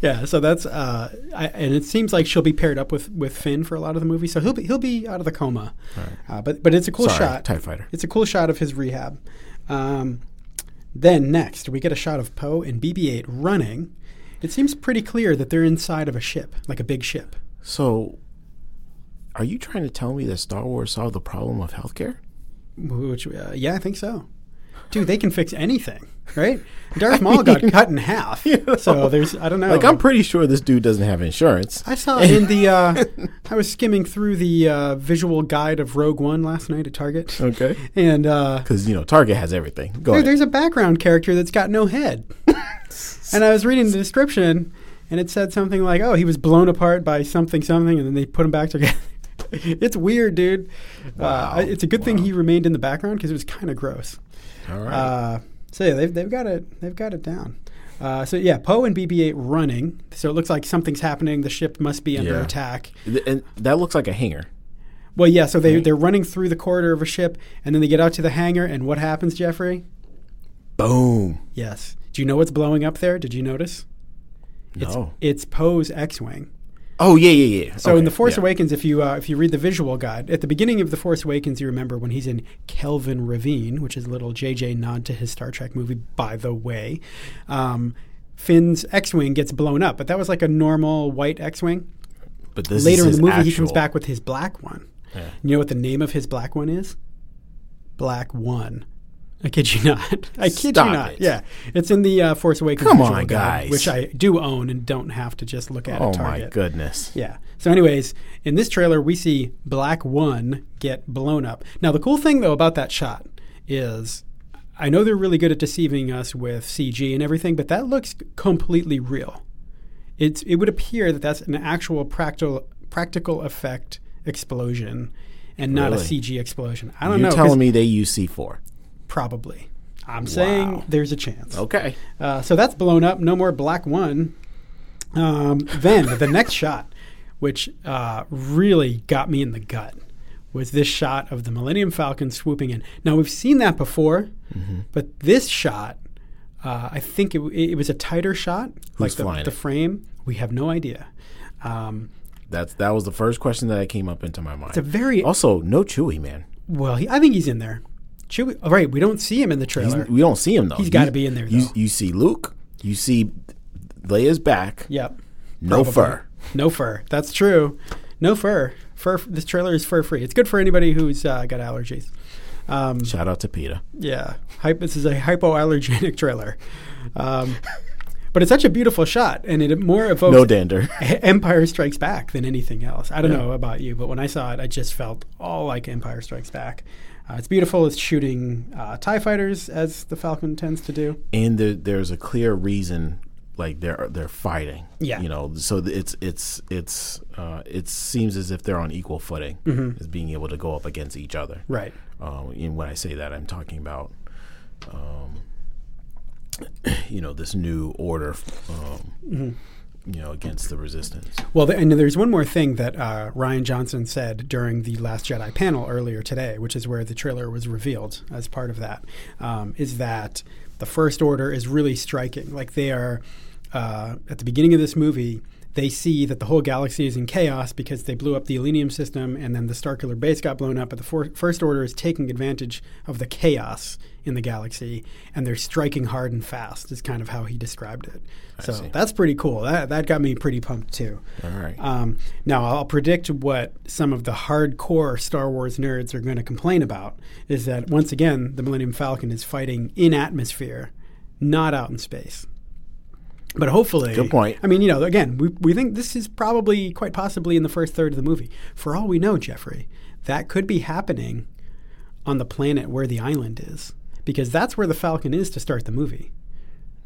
Speaker 2: Yeah, so that's uh, I, and it seems like she'll be paired up with, with Finn for a lot of the movie. So he'll be he'll be out of the coma, uh, but but it's a cool
Speaker 1: Sorry,
Speaker 2: shot.
Speaker 1: Tie Fighter.
Speaker 2: It's a cool shot of his rehab. Um, then next we get a shot of Poe and BB-8 running. It seems pretty clear that they're inside of a ship, like a big ship.
Speaker 1: So, are you trying to tell me that Star Wars solved the problem of healthcare?
Speaker 2: Which uh, yeah, I think so. Dude, they can fix anything, right? Darth
Speaker 1: [LAUGHS]
Speaker 2: Maul got cut in half, so there's I don't know.
Speaker 1: Like, I'm pretty sure this dude doesn't have insurance. [LAUGHS]
Speaker 2: I saw it in the. Uh, I was skimming through the uh, visual guide of Rogue One last night at Target,
Speaker 1: Okay.
Speaker 2: and uh,
Speaker 1: Because, you know, Target has everything. Go
Speaker 2: dude,
Speaker 1: Oh. ahead.
Speaker 2: there's a background character that's got
Speaker 1: [LAUGHS]
Speaker 2: no head. and I was reading the description, and it said something like, "Oh, he was blown apart by something, something," and then they put him back together. [LAUGHS] it's weird, dude. Uh, I- it's a good thing he remained in the background because it was kind of gross.
Speaker 1: All right.
Speaker 2: Uh, so yeah, they've, they've got it they've got it down. Uh, so yeah, Poe and BB-8 running. So it looks like something's happening. The ship must be under
Speaker 1: Yeah.
Speaker 2: attack.
Speaker 1: Th- and that looks like a hanger.
Speaker 2: Well, yeah. So they they're running through the corridor of a ship, and then they get out to the hangar. And what happens, Jeffrey?
Speaker 1: Boom.
Speaker 2: Yes. Do you know what's blowing up there? Did you notice?
Speaker 1: No.
Speaker 2: It's Poe's X-wing.
Speaker 1: Oh, yeah, yeah, yeah.
Speaker 2: So in the Force
Speaker 1: yeah.
Speaker 2: Awakens, if you uh, if you read the visual guide at the beginning of the Force Awakens, you remember when he's in Kelvin Ravine, which is a little JJ nod to his Star Trek movie. By the way, um, Finn's X-wing gets blown up, but that was like a normal white X-wing.
Speaker 1: But this
Speaker 2: Later
Speaker 1: is
Speaker 2: in the
Speaker 1: his
Speaker 2: movie, he comes
Speaker 1: actual-
Speaker 2: back with his black one.
Speaker 1: Yeah.
Speaker 2: You know what the name of his black one is? Black One. I kid you not. I kid
Speaker 1: Stop
Speaker 2: you not.
Speaker 1: it.
Speaker 2: Yeah, it's in the uh, Force Awakens.
Speaker 1: Come
Speaker 2: visual
Speaker 1: on,
Speaker 2: guide,
Speaker 1: guys.
Speaker 2: Which I do own and don't have to just look at.
Speaker 1: Oh,
Speaker 2: at
Speaker 1: my
Speaker 2: Target.
Speaker 1: goodness.
Speaker 2: Yeah. So, anyways, in this trailer, we see Black One get blown up. Now, the cool thing, though, about that shot is I know they're really good at deceiving us with CG and everything, but that looks completely real. It's, it would appear that that's an actual practical, practical effect explosion and not
Speaker 1: Really?
Speaker 2: a CG explosion. I don't
Speaker 1: You're
Speaker 2: know. 'cause
Speaker 1: telling me they use C4.
Speaker 2: Probably. I'm saying there's a chance.
Speaker 1: Okay.
Speaker 2: Uh, so that's blown up. No more black one. Um, then the next shot, which uh, really got me in the gut, was this shot of the Millennium Falcon swooping in. Now we've seen that before,
Speaker 1: Mm-hmm.
Speaker 2: but this shot, uh, I think it, w- it was a tighter shot, like the,
Speaker 1: flying
Speaker 2: the
Speaker 1: it?
Speaker 2: frame. We have no idea. Um,
Speaker 1: That's That was the first question that came up into my mind.
Speaker 2: it's a very
Speaker 1: also, no Chewie, man.
Speaker 2: well. He, I think he's in there. Should we, all right, we don't see him in the
Speaker 1: He's-
Speaker 2: trailer.
Speaker 1: we don't see him, though.
Speaker 2: He's
Speaker 1: You-
Speaker 2: gotta be in there,
Speaker 1: You,
Speaker 2: though.
Speaker 1: you see Luke. You see Leia's back.
Speaker 2: Yep.
Speaker 1: no
Speaker 2: probably.
Speaker 1: fur.
Speaker 2: No fur. That's true. No fur. Fur. This trailer is fur free. It's good for anybody who's uh, got allergies. Um,
Speaker 1: Shout out to PETA.
Speaker 2: yeah. Hype, this is a hypoallergenic [LAUGHS] trailer. Um, but it's such a beautiful shot, and it more evokes E-,
Speaker 1: No dander. [LAUGHS]
Speaker 2: Empire Strikes Back than anything else. I don't know about you, but when I saw it, I just felt all like Empire Strikes Back. Uh, it's beautiful. It's shooting uh, TIE fighters, as the Falcon tends to do.
Speaker 1: and there, there's a clear reason like they're they're fighting
Speaker 2: Yeah.
Speaker 1: you know so th- it's it's it's uh it seems as if they're on equal footing
Speaker 2: Mm-hmm.
Speaker 1: as being able to go up against each other
Speaker 2: Right.
Speaker 1: um and when i say that i'm talking about um [CLEARS THROAT] you know this new order f- um
Speaker 2: Mm-hmm.
Speaker 1: you know against the resistance
Speaker 2: Well, th- and there's one more thing that uh, Ryan Johnson said during the Last Jedi panel earlier today, which is where the trailer was revealed as part of that, um, is that the First Order is really striking. Like they are uh, at the beginning of this movie, they see that the whole galaxy is in chaos because they blew up the Elenium system, and then the Starkiller base got blown up. But the for- First Order is taking advantage of the chaos in the galaxy, and they're striking hard and fast. Is kind of how he described it. so
Speaker 1: see.
Speaker 2: that's pretty cool. That that got me pretty pumped too.
Speaker 1: All right.
Speaker 2: Um, now, I'll predict what some of the hardcore Star Wars nerds are going to complain about is that once again, the Millennium Falcon is fighting in atmosphere, not out in space. But hopefully,
Speaker 1: Good point.
Speaker 2: I mean, you know, again, we, we think this is probably quite possibly in the first third of the movie. For all we know, Jeffrey, that could be happening on the planet where the island is, because that's where the Falcon is to start the movie.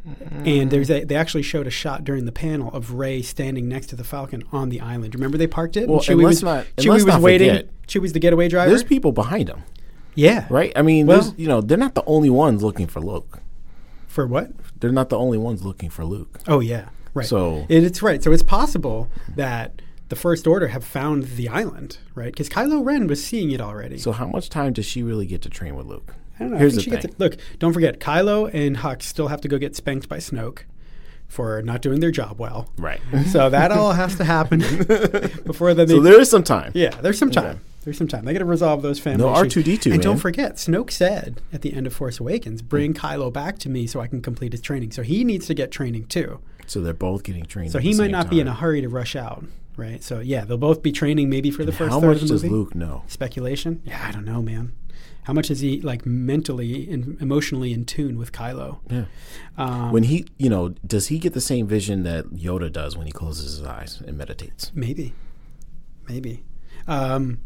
Speaker 1: Mm.
Speaker 2: And there's a, they actually showed a shot during the panel of Ray standing next to the Falcon on the island. Remember they parked it?
Speaker 1: Well, and
Speaker 2: Chewie
Speaker 1: let's
Speaker 2: was,
Speaker 1: not- and
Speaker 2: Chewie
Speaker 1: let's
Speaker 2: was
Speaker 1: not
Speaker 2: waiting.
Speaker 1: forget-
Speaker 2: Chewie's the getaway driver.
Speaker 1: There's people behind him,
Speaker 2: yeah.
Speaker 1: right? I mean,
Speaker 2: Well-
Speaker 1: there's you know, they're not the only ones looking for Luke.
Speaker 2: For what?
Speaker 1: They're not the only ones looking for Luke.
Speaker 2: Oh yeah. Right.
Speaker 1: So-
Speaker 2: it, it's right. So it's possible that the First Order have found the island, right? Because Kylo Ren was seeing it already.
Speaker 1: So how much time does she really get to train with Luke?
Speaker 2: I don't know.
Speaker 1: Here's
Speaker 2: I think
Speaker 1: the
Speaker 2: she gets
Speaker 1: thing.
Speaker 2: it. Look, don't forget, Kylo and Hux still have to go get spanked by Snoke for not doing their job well.
Speaker 1: Right.
Speaker 2: So that all has to happen before then.
Speaker 1: [LAUGHS]
Speaker 2: They,
Speaker 1: so there is some time.
Speaker 2: yeah, there's some time. There's some time. They got to resolve those family
Speaker 1: No
Speaker 2: issues.
Speaker 1: R2D2,
Speaker 2: And don't
Speaker 1: man. Mm.
Speaker 2: forget, Snoke said at the end of Force Awakens, "Bring Kylo back to me so I can complete his training." So he needs to get training too.
Speaker 1: So they're both getting trained.
Speaker 2: So he might not be in a hurry to rush out, right? So yeah, they'll both be training maybe for the first
Speaker 1: How
Speaker 2: third
Speaker 1: much
Speaker 2: of the
Speaker 1: does
Speaker 2: movie.
Speaker 1: Luke know?
Speaker 2: Speculation? Yeah, I don't know, man. How much is he like mentally and emotionally in tune with Kylo?
Speaker 1: Yeah.
Speaker 2: Um,
Speaker 1: When he, you know, does he get the same vision that Yoda does when he closes his eyes and meditates?
Speaker 2: Maybe, maybe. Um,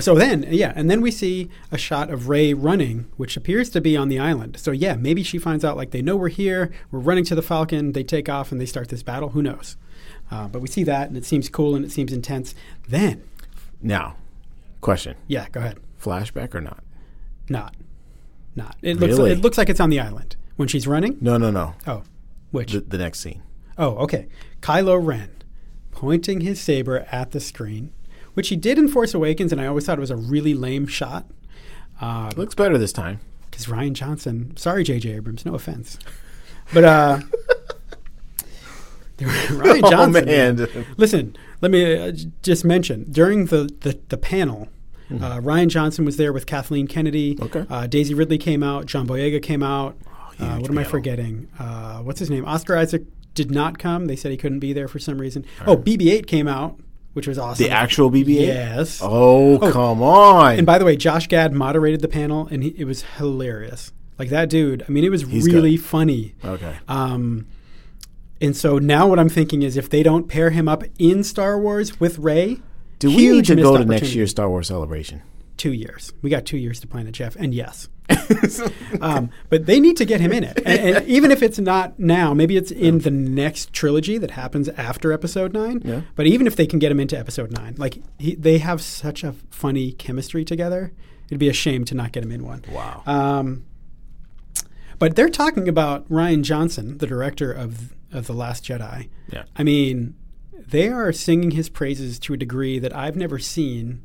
Speaker 2: so then, yeah, and then we see a shot of Ray running, which appears to be on the island. So yeah, maybe she finds out like they know we're here. We're running to the Falcon. They take off and they start this battle. Who knows? Uh, but we see that, and it seems cool and it seems intense. Then,
Speaker 1: Now, question:
Speaker 2: yeah, go ahead.
Speaker 1: flashback or not?
Speaker 2: Not, not. It
Speaker 1: Really?
Speaker 2: looks. It looks like it's on the island when she's running.
Speaker 1: No, no, no.
Speaker 2: Oh, which?
Speaker 1: The, the next scene.
Speaker 2: Oh, okay. Kylo Ren pointing his saber at the screen, which he did in Force Awakens, and I always thought it was a really lame shot. Because
Speaker 1: Looks better this time.
Speaker 2: Ryan Johnson, sorry, J.J. Abrams, no offense. But uh, [LAUGHS]
Speaker 1: [LAUGHS]
Speaker 2: Ryan
Speaker 1: Oh,
Speaker 2: Johnson. Listen, let me uh, j- just mention during the the, the panel, uh, Ryan Johnson was there with Kathleen Kennedy.
Speaker 1: Mm-hmm. Okay. Oh,
Speaker 2: Uh, Daisy Ridley came out. John Boyega came out. uh,
Speaker 1: huge
Speaker 2: what am I
Speaker 1: panel.
Speaker 2: forgetting? Uh, what's his name? Oscar Isaac did not come. They said he couldn't be there for some reason. Oh, BB-8 came out, which was awesome.
Speaker 1: The actual BB-8.
Speaker 2: Yes.
Speaker 1: Oh, come on!
Speaker 2: And by the way, Josh Gad moderated the panel, and he, it was hilarious. Like that dude. I mean, it was
Speaker 1: good.
Speaker 2: really funny.
Speaker 1: okay.
Speaker 2: Um, and so now what I'm thinking is if they don't pair him up in Star Wars with Ray,
Speaker 1: Do we need to go
Speaker 2: missed
Speaker 1: to
Speaker 2: opportunity.
Speaker 1: next year's Star Wars
Speaker 2: [LAUGHS]
Speaker 1: celebration?
Speaker 2: Two years. We got two years to plan it, Jeff. And yes. um, but they need to get him in it.
Speaker 1: [LAUGHS]
Speaker 2: And, and even if it's not now, maybe it's in the next trilogy that happens after episode nine.
Speaker 1: Yeah.
Speaker 2: But even if they can get him into episode nine, like he, they have such a funny chemistry together, it'd be a shame to not get him in one.
Speaker 1: Wow.
Speaker 2: Um, but they're talking about Ryan Johnson, the director of of the Last Jedi.
Speaker 1: Yeah.
Speaker 2: I mean, they are singing his praises to a degree that I've never seen.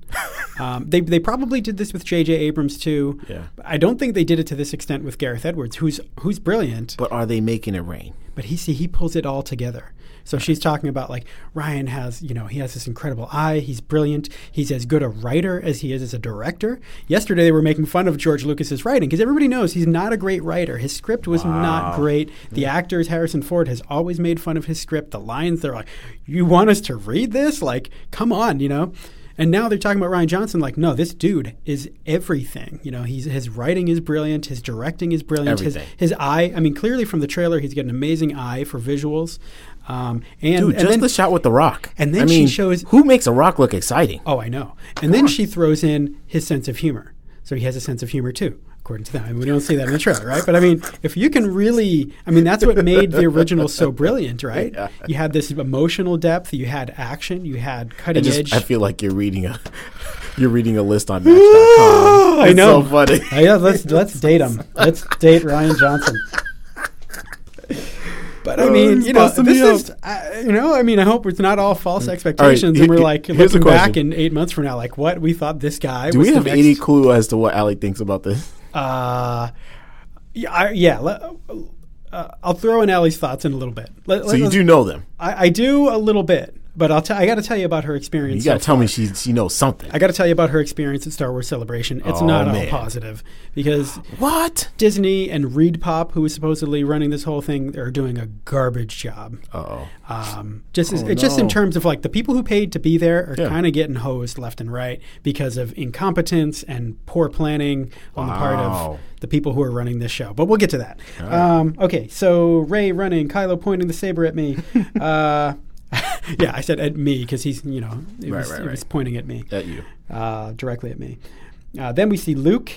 Speaker 2: um, they they probably did this with J.J. Abrams too.
Speaker 1: Yeah.
Speaker 2: I don't think they did it to this extent with Gareth Edwards, who's who's brilliant,
Speaker 1: But are they making it rain?
Speaker 2: but he see he pulls it all together. So she's talking about like Ryan has, you know, he has this incredible eye. He's brilliant. He's as good a writer as he is as a director. Yesterday they were making fun of George Lucas's writing because everybody knows he's not a great writer. His script was not great. The actors Harrison Ford has always made fun of his script. The lines they're like, "You want us to read this? Like, come on, you know." And now they're talking about Ryan Johnson like, "No, this dude is everything. You know, he's his writing is brilliant, his directing is brilliant, his,
Speaker 1: Everything.
Speaker 2: his eye. I mean, clearly from the trailer, he's got an amazing eye for visuals. Um, and
Speaker 1: Dude,
Speaker 2: and
Speaker 1: just
Speaker 2: then,
Speaker 1: the shot with the rock.
Speaker 2: and then
Speaker 1: I
Speaker 2: she
Speaker 1: mean,
Speaker 2: shows-
Speaker 1: who makes a rock look exciting.
Speaker 2: oh, I know. And then she throws in his sense of humor. So he has a sense of humor too, according to them. I mean, we don't see that in the trailer, right? But I mean, if you can really, I mean, that's what made the original so brilliant,
Speaker 1: [LAUGHS]
Speaker 2: right? You had this emotional depth, you had action, you had
Speaker 1: I
Speaker 2: cutting edge.
Speaker 1: just I feel like you're reading a [LAUGHS] you're reading a list on Match.com.
Speaker 2: [GASPS] [LAUGHS] I
Speaker 1: It's
Speaker 2: know.
Speaker 1: So funny.
Speaker 2: Uh, yeah, let's let's date him. Let's date Ryan Johnson. But I
Speaker 1: Oh,
Speaker 2: mean,
Speaker 1: he's
Speaker 2: you know,
Speaker 1: busting me
Speaker 2: this
Speaker 1: up.
Speaker 2: is, I you know, I mean, I hope it's not all false expectations,
Speaker 1: he-
Speaker 2: and we're like
Speaker 1: here's the
Speaker 2: looking back
Speaker 1: question.
Speaker 2: in eight months from now, like, what we thought this guy
Speaker 1: Do
Speaker 2: was
Speaker 1: we have
Speaker 2: the
Speaker 1: any
Speaker 2: next.
Speaker 1: clue as to what Allie thinks about this?
Speaker 2: Uh, Yeah, I, yeah. le- uh, I'll throw in Allie's thoughts in a little bit. Let-
Speaker 1: So
Speaker 2: let-
Speaker 1: you
Speaker 2: let's-
Speaker 1: do know them.
Speaker 2: I, I do a little bit, but I'll t- I got to tell you about her experience.
Speaker 1: You got
Speaker 2: so
Speaker 1: to tell me she she knows something.
Speaker 2: I got to tell you about her experience at Star Wars Celebration. It's
Speaker 1: Oh,
Speaker 2: not all
Speaker 1: man.
Speaker 2: positive because
Speaker 1: What?
Speaker 2: Disney and Reed Pop, who is supposedly running this whole thing, are doing a garbage job.
Speaker 1: Uh oh.
Speaker 2: Um, just as,
Speaker 1: Oh,
Speaker 2: it's just in
Speaker 1: no.
Speaker 2: terms of like the people who paid to be there are
Speaker 1: Yeah.
Speaker 2: kind of getting hosed left and right because of incompetence and poor planning on the part of
Speaker 1: Wow.
Speaker 2: the people who are running this show. But we'll get to that. Um, okay, so Ray running, Kylo pointing the saber at
Speaker 1: [LAUGHS]
Speaker 2: me. uh, [LAUGHS] yeah, I said at me because he's you know it,
Speaker 1: Right,
Speaker 2: was,
Speaker 1: right,
Speaker 2: it
Speaker 1: right.
Speaker 2: was pointing at me
Speaker 1: At you.
Speaker 2: uh, directly at me. Uh, then we see Luke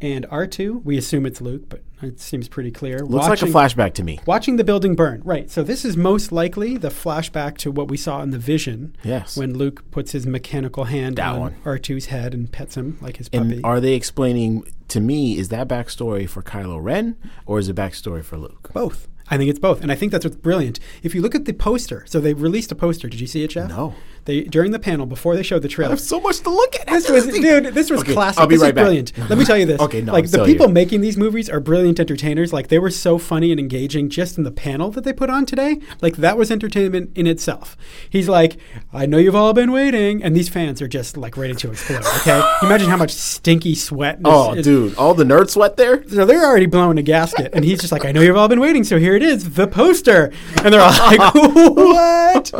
Speaker 2: and R2. We assume it's Luke, but it seems pretty clear.
Speaker 1: Looks
Speaker 2: Watching-
Speaker 1: like a flashback to me.
Speaker 2: Watching the building burn. Right. So this is most likely the flashback to what we saw in the vision.
Speaker 1: Yes.
Speaker 2: When Luke puts his mechanical hand
Speaker 1: That
Speaker 2: on
Speaker 1: one.
Speaker 2: R2's head and pets him like his puppy.
Speaker 1: and are they explaining to me is that backstory for Kylo Ren or is it backstory for Luke?
Speaker 2: both. I think it's both. And I think that's what's brilliant. If you look at the poster, so they released a poster. Did you see it, Jeff?
Speaker 1: No.
Speaker 2: They during the panel before they showed the trailer.
Speaker 1: so much to look at.
Speaker 2: This was, dude, this was
Speaker 1: Okay,
Speaker 2: classic.
Speaker 1: I'll be
Speaker 2: this
Speaker 1: right
Speaker 2: is
Speaker 1: back.
Speaker 2: brilliant. Let me tell you this.
Speaker 1: Okay, no,
Speaker 2: like
Speaker 1: I'm
Speaker 2: the
Speaker 1: still
Speaker 2: people
Speaker 1: here.
Speaker 2: making these movies are brilliant entertainers. Like they were so funny and engaging just in the panel that they put on today. Like that was entertainment in itself. He's like, I know you've all been waiting, and these fans are just like ready to explode. Okay, imagine how much stinky sweat.
Speaker 1: [LAUGHS]
Speaker 2: and
Speaker 1: Oh,
Speaker 2: it's-
Speaker 1: dude, all the nerd sweat there.
Speaker 2: so they're already blowing a gasket, and he's just like, "I know you've all been waiting, so here it is, the poster." And they're all like,
Speaker 1: [LAUGHS]
Speaker 2: "What?"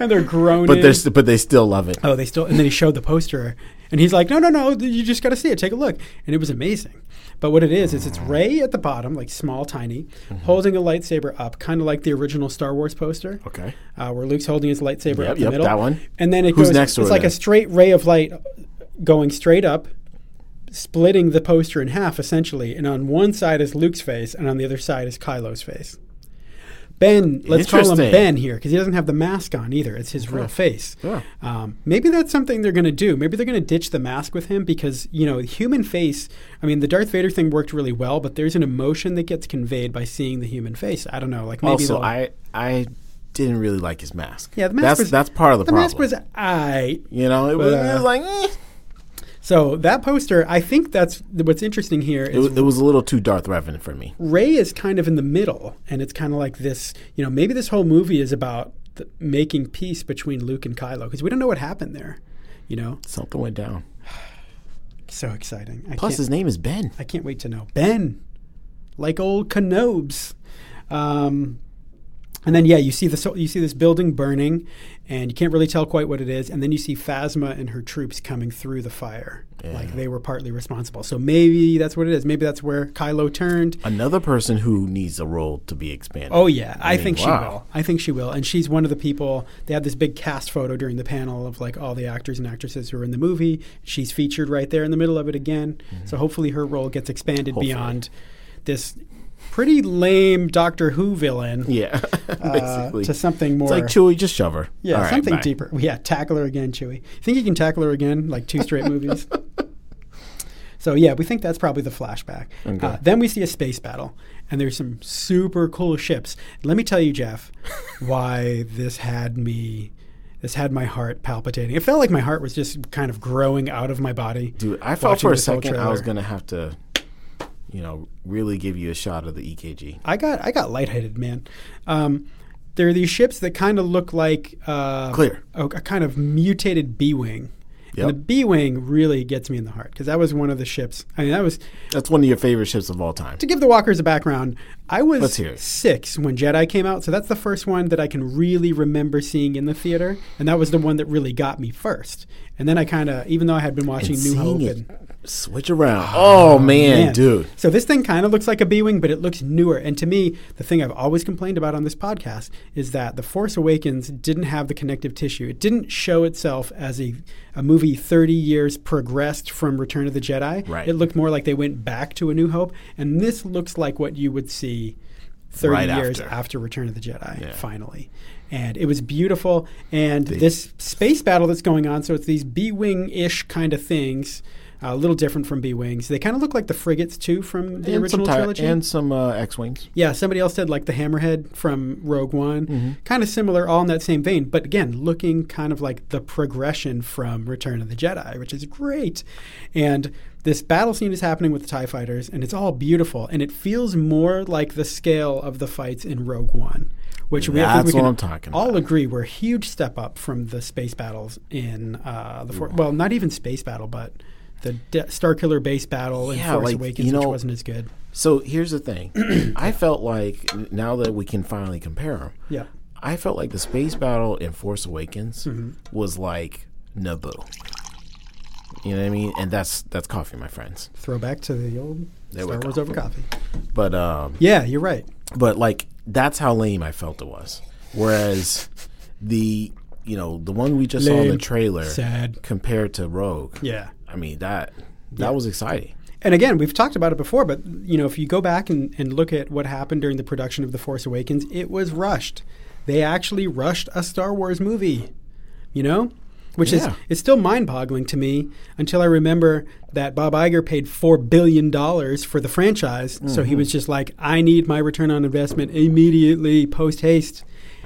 Speaker 2: And they're groaning.
Speaker 1: But there's but they still love it.
Speaker 2: Oh, they still, and then he showed the poster, and he's like, "No, no, no! th- You just got to see it. Take a look." And it was amazing. But what it is is it's Ray at the bottom, like small, tiny, holding a lightsaber up, kind of like the original Star Wars poster,
Speaker 1: Okay.
Speaker 2: uh, where Luke's holding his lightsaber
Speaker 1: Yep,
Speaker 2: up the
Speaker 1: yep,
Speaker 2: middle.
Speaker 1: that one.
Speaker 2: And then it
Speaker 1: Who's
Speaker 2: goes.
Speaker 1: next to
Speaker 2: it's
Speaker 1: her
Speaker 2: like a
Speaker 1: then?
Speaker 2: straight ray of light going straight up, splitting the poster in half essentially. And on one side is Luke's face, and on the other side is Kylo's face. Ben, let's call him
Speaker 1: Interesting.
Speaker 2: Ben here because he doesn't have the mask on either. It's his real face.
Speaker 1: Yeah.
Speaker 2: Um, maybe that's something they're going to do. Maybe they're going to ditch the mask with him because, you know, human face. I mean, the Darth Vader thing worked really well, but there's an emotion that gets conveyed by seeing the human face. I don't know. Like maybe
Speaker 1: Also,
Speaker 2: they'll-
Speaker 1: I I didn't really like his mask.
Speaker 2: Yeah, the mask
Speaker 1: that's
Speaker 2: was-
Speaker 1: that's part of the,
Speaker 2: the
Speaker 1: problem.
Speaker 2: mask was I.
Speaker 1: you know, it was,
Speaker 2: uh,
Speaker 1: it was like eh.
Speaker 2: So that poster, I think that's th- what's interesting here
Speaker 1: it,
Speaker 2: is
Speaker 1: was, it was a little too Darth Revan for me.
Speaker 2: Ray is kind of in the middle, and it's kind of like this. You know, maybe this whole movie is about the, making peace between Luke and Kylo because we don't know what happened there. You know,
Speaker 1: Something went down.
Speaker 2: so exciting. I
Speaker 1: Plus,
Speaker 2: can't,
Speaker 1: his name is Ben.
Speaker 2: I can't wait to know Ben, like old Kenobes. Um, and then yeah, you see this you see this building burning, and you can't really tell quite what it is. And then you see Phasma and her troops coming through the fire, like they were partly responsible. So maybe that's what it is. Maybe that's where Kylo turned.
Speaker 1: Another person who needs a role to be expanded.
Speaker 2: Oh yeah, I,
Speaker 1: mean,
Speaker 2: think she
Speaker 1: wow.
Speaker 2: will. I think she will, and she's one of the people. They had this big cast photo during the panel of like all the actors and actresses who are in the movie. She's featured right there in the middle of it again. So hopefully her role gets expanded
Speaker 1: Mm-hmm. Hopefully.
Speaker 2: beyond this pretty lame Doctor Who villain
Speaker 1: yeah, [LAUGHS]
Speaker 2: uh,
Speaker 1: basically.
Speaker 2: to something more.
Speaker 1: it's like Chewie, just shove her.
Speaker 2: yeah,
Speaker 1: All right,
Speaker 2: something
Speaker 1: bye.
Speaker 2: deeper. Yeah, tackle her again, Chewie. Think you can tackle her again like two
Speaker 1: [LAUGHS]
Speaker 2: straight movies? So yeah, we think that's probably the flashback. Uh, then we see a space battle, and there's some super cool ships. Let me tell
Speaker 1: [LAUGHS]
Speaker 2: you, Jeff, why this had me, this had my heart palpitating. It felt like my heart was just kind of growing out of my body.
Speaker 1: Dude, I felt
Speaker 2: watching
Speaker 1: for a
Speaker 2: this whole
Speaker 1: second I was
Speaker 2: trailer.
Speaker 1: gonna have to, you know, really give you a shot of the E EKG.
Speaker 2: I got I got lightheaded, man. Um, there are these ships that kind of look like uh,
Speaker 1: Clear.
Speaker 2: a, a kind of mutated B wing. And the
Speaker 1: Yep.
Speaker 2: B wing really gets me in the heart because that was one of the ships. I mean, that was
Speaker 1: That's one of your favorite ships of all time.
Speaker 2: to give the walkers a background. I was
Speaker 1: Let's hear it.
Speaker 2: six when Jedi came out, so that's the first one that I can really remember seeing in the theater, and that was the one that really got me first. And then I kind of, even though I had been watching New Hope,
Speaker 1: Seeing
Speaker 2: and-
Speaker 1: it switch around. Oh, man,
Speaker 2: Man.
Speaker 1: dude.
Speaker 2: So this thing kind of looks like a B wing, but it looks newer. And to me, the thing I've always complained about on this podcast is that The Force Awakens didn't have the connective tissue. It didn't show itself as a, a movie 30 years progressed from Return of the Jedi.
Speaker 1: Right.
Speaker 2: It looked more like they went back to A New Hope. And this looks like what you would see 30
Speaker 1: Right
Speaker 2: years after.
Speaker 1: after.
Speaker 2: Return of the Jedi,
Speaker 1: Yeah.
Speaker 2: finally. And it was beautiful. And this space battle that's going on, so it's these B wing ish kind of things. uh, a little different from B wings. They kind of look like the frigates too from the
Speaker 1: and
Speaker 2: original
Speaker 1: some ti-
Speaker 2: trilogy.
Speaker 1: and some uh, X-wings.
Speaker 2: yeah, somebody else said like the hammerhead from Rogue One,
Speaker 1: Mm-hmm.
Speaker 2: kind of similar, all in that same vein. But again, looking kind of like the progression from Return of the Jedi, which is great. And this battle scene is happening with the Tie fighters, and it's all beautiful, and it feels more like the scale of the fights in Rogue One. Which we, I think
Speaker 1: That's
Speaker 2: we
Speaker 1: what
Speaker 2: can
Speaker 1: I'm talking
Speaker 2: all
Speaker 1: about.
Speaker 2: agree were a huge step up from the space battles in uh, the four, well, not even space battle, but the de- Star Killer base battle in
Speaker 1: Yeah,
Speaker 2: Force
Speaker 1: like,
Speaker 2: Awakens,
Speaker 1: you
Speaker 2: which
Speaker 1: know-
Speaker 2: wasn't as good.
Speaker 1: So here's the
Speaker 2: [CLEARS THROAT]
Speaker 1: thing. I felt like n- now that we can finally compare them,
Speaker 2: Yeah,
Speaker 1: I felt like the space battle in Force Awakens
Speaker 2: Mm-hmm.
Speaker 1: was like Naboo. You know what I mean? And that's that's coffee, my friends.
Speaker 2: throwback to the old
Speaker 1: There we
Speaker 2: Star Wars
Speaker 1: go.
Speaker 2: over coffee.
Speaker 1: But um,
Speaker 2: Yeah, you're right.
Speaker 1: but like that's how lame I felt it was. Whereas the you know the one we just saw in the
Speaker 2: Lame.
Speaker 1: trailer
Speaker 2: Sad.
Speaker 1: compared to Rogue.
Speaker 2: Yeah.
Speaker 1: I mean that that was exciting.
Speaker 2: And again, we've talked about it before, but you know, if you go back and, and look at what happened during the production of The Force Awakens, it was rushed. They actually rushed a Star Wars movie. You know? Which is
Speaker 1: Yeah.
Speaker 2: it's still mind boggling to me until I remember that Bob Iger paid four billion dollars for the franchise. So
Speaker 1: Mm-hmm.
Speaker 2: he was just like, I need my return on investment immediately, post haste.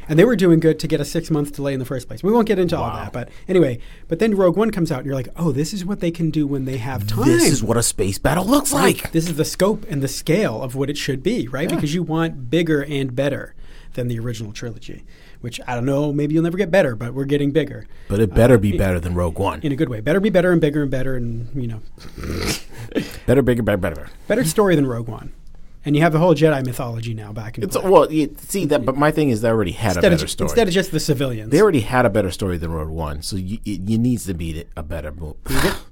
Speaker 2: And they were doing good to get a six month delay in the first place. We won't get into all that, but anyway. But then Rogue One comes out, and you're like, oh, this is what they can do when they have time
Speaker 1: This is what a space battle looks like.
Speaker 2: this is the scope and the scale of what it should be, right? Because you want bigger and better than the original trilogy, which I don't know, maybe you'll never get better, but we're getting bigger
Speaker 1: But it better be better than Rogue One.
Speaker 2: in a good way. Better be better and bigger and better and, you know,
Speaker 1: Better, bigger, better, better.
Speaker 2: better story than Rogue One. And you have the whole Jedi mythology now back in
Speaker 1: It's well, you, see that. But my thing is, they already had a
Speaker 2: instead,
Speaker 1: better
Speaker 2: of,
Speaker 1: story.
Speaker 2: instead of just the civilians.
Speaker 1: they already had a better story than Rogue One, so you, you, you needs to be the- a better
Speaker 2: [LAUGHS]
Speaker 1: movie.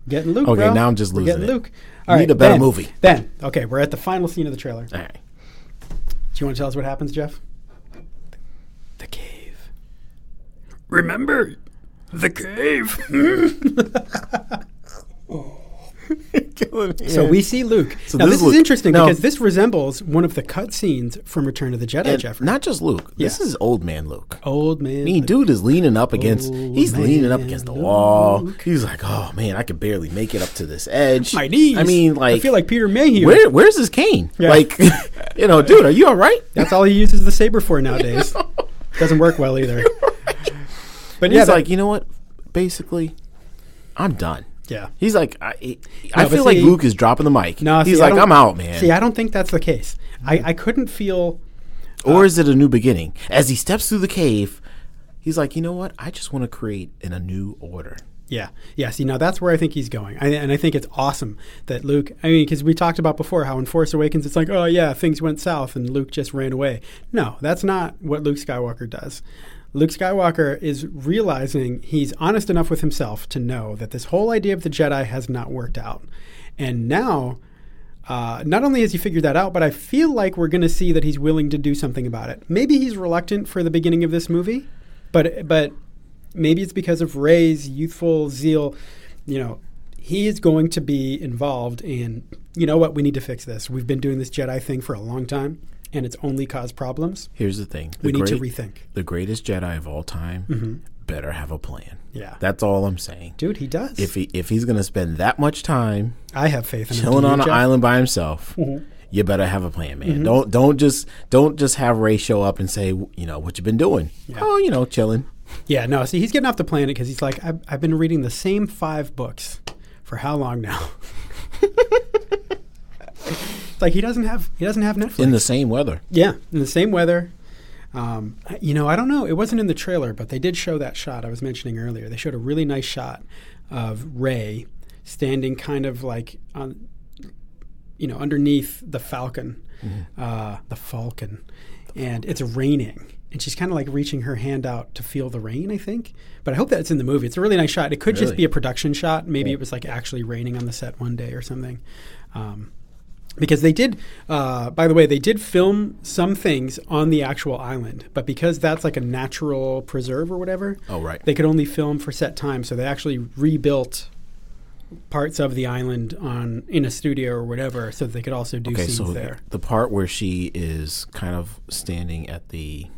Speaker 2: getting Luke.
Speaker 1: Okay,
Speaker 2: bro.
Speaker 1: now I'm just
Speaker 2: We're
Speaker 1: losing
Speaker 2: getting
Speaker 1: it.
Speaker 2: Luke.
Speaker 1: You
Speaker 2: All
Speaker 1: need a better
Speaker 2: then-
Speaker 1: movie.
Speaker 2: Then, okay, we're at the final scene of the trailer. Do
Speaker 1: All right.
Speaker 2: you want to tell us what happens, Jeff? The cave. Remember
Speaker 1: [LAUGHS]
Speaker 2: the cave. So we see Luke. now
Speaker 1: this is
Speaker 2: this, is
Speaker 1: Luke.
Speaker 2: interesting
Speaker 1: Now-
Speaker 2: because this resembles one of the cutscenes from Return of the Jedi,
Speaker 1: And
Speaker 2: Jeffrey.
Speaker 1: not just Luke. This is old man Luke.
Speaker 2: Old man.
Speaker 1: I mean, dude is leaning up against.
Speaker 2: Old
Speaker 1: He's leaning up
Speaker 2: man
Speaker 1: against the
Speaker 2: Luke.
Speaker 1: wall. He's like, oh man, I could barely make it up to this edge.
Speaker 2: my knees.
Speaker 1: I mean, like,
Speaker 2: I feel like Peter Mayhew.
Speaker 1: where, where's his cane? Like, [LAUGHS] you know, dude, are you all right?
Speaker 2: That's all he uses the saber for nowadays.
Speaker 1: [LAUGHS]
Speaker 2: Doesn't work well either. But yeah,
Speaker 1: He's
Speaker 2: that-
Speaker 1: like, you know what? Basically, I'm done.
Speaker 2: yeah.
Speaker 1: He's like, I, I- I
Speaker 2: No, but
Speaker 1: feel like
Speaker 2: see-
Speaker 1: Luke is dropping the mic.
Speaker 2: No,
Speaker 1: he's
Speaker 2: see, I
Speaker 1: like,
Speaker 2: don't-
Speaker 1: I'm out, man.
Speaker 2: See, I don't think that's the case. I, I couldn't feel.
Speaker 1: or is it a new beginning? As he steps through the cave, he's like, you know what? I just want to create in a new order.
Speaker 2: Yeah, yeah. See, now that's where I think he's going, I, and I think it's awesome that Luke. I mean, because we talked about before how in Force Awakens, it's like, oh yeah, things went south and Luke just ran away. No, that's not what Luke Skywalker does. Luke Skywalker is realizing he's honest enough with himself to know that this whole idea of the Jedi has not worked out, and now uh, not only has he figured that out, but I feel like we're going to see that he's willing to do something about it. Maybe he's reluctant for the beginning of this movie, but but maybe it's because of Ray's youthful zeal. You know, he is going to be involved in. You know what? We need to fix this. We've been doing this Jedi thing for a long time, and it's only caused problems.
Speaker 1: Here's the thing:
Speaker 2: We
Speaker 1: The
Speaker 2: need to
Speaker 1: great-
Speaker 2: rethink.
Speaker 1: The greatest Jedi of all time better have a plan.
Speaker 2: Yeah.
Speaker 1: that's all I'm saying.
Speaker 2: Dude, he does.
Speaker 1: If he if he's gonna spend that much time
Speaker 2: I have faith in him.
Speaker 1: chilling
Speaker 2: Do you,
Speaker 1: on an
Speaker 2: Jeff?
Speaker 1: island by himself, you better have a plan, man. Don't don't just don't just have Ray show up and say, you know, what you been doing? Oh, you know, chilling.
Speaker 2: Yeah, no. See, he's getting off the planet because he's like, I've, I've been reading the same five books for how long now? [LAUGHS] it's like he doesn't have he doesn't have Netflix.
Speaker 1: In the same weather.
Speaker 2: yeah, in the same weather. Um, I- you know, I don't know. It wasn't in the trailer, but they did show that shot I was mentioning earlier. They showed a really nice shot of Ray standing, kind of like on, you know, underneath the Falcon, uh, the Falcon, and it's raining. And she's kind of like reaching her hand out to feel the rain, I think. But I hope that's in the movie. It's a really nice shot. It could just
Speaker 1: Really?
Speaker 2: be a production shot. Maybe it was like actually raining on the set one day or something. Um, because they did, uh, by the way, they did film some things on the actual island. But because that's like a natural preserve or whatever,
Speaker 1: Oh, right.
Speaker 2: they could only film for set time. So they actually rebuilt parts of the island on in a studio or whatever, so that they could also do
Speaker 1: Okay,
Speaker 2: scenes
Speaker 1: so
Speaker 2: there.
Speaker 1: the part where she is kind of standing at the the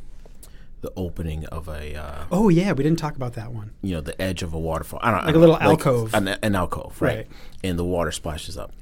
Speaker 1: the opening of a uh,
Speaker 2: Oh yeah, we didn't talk about that one.
Speaker 1: you know the edge of a waterfall. I don't
Speaker 2: Like
Speaker 1: I
Speaker 2: a little
Speaker 1: don't
Speaker 2: alcove.
Speaker 1: an, an alcove, right?
Speaker 2: Right.
Speaker 1: And the water splashes [SIGHS] up.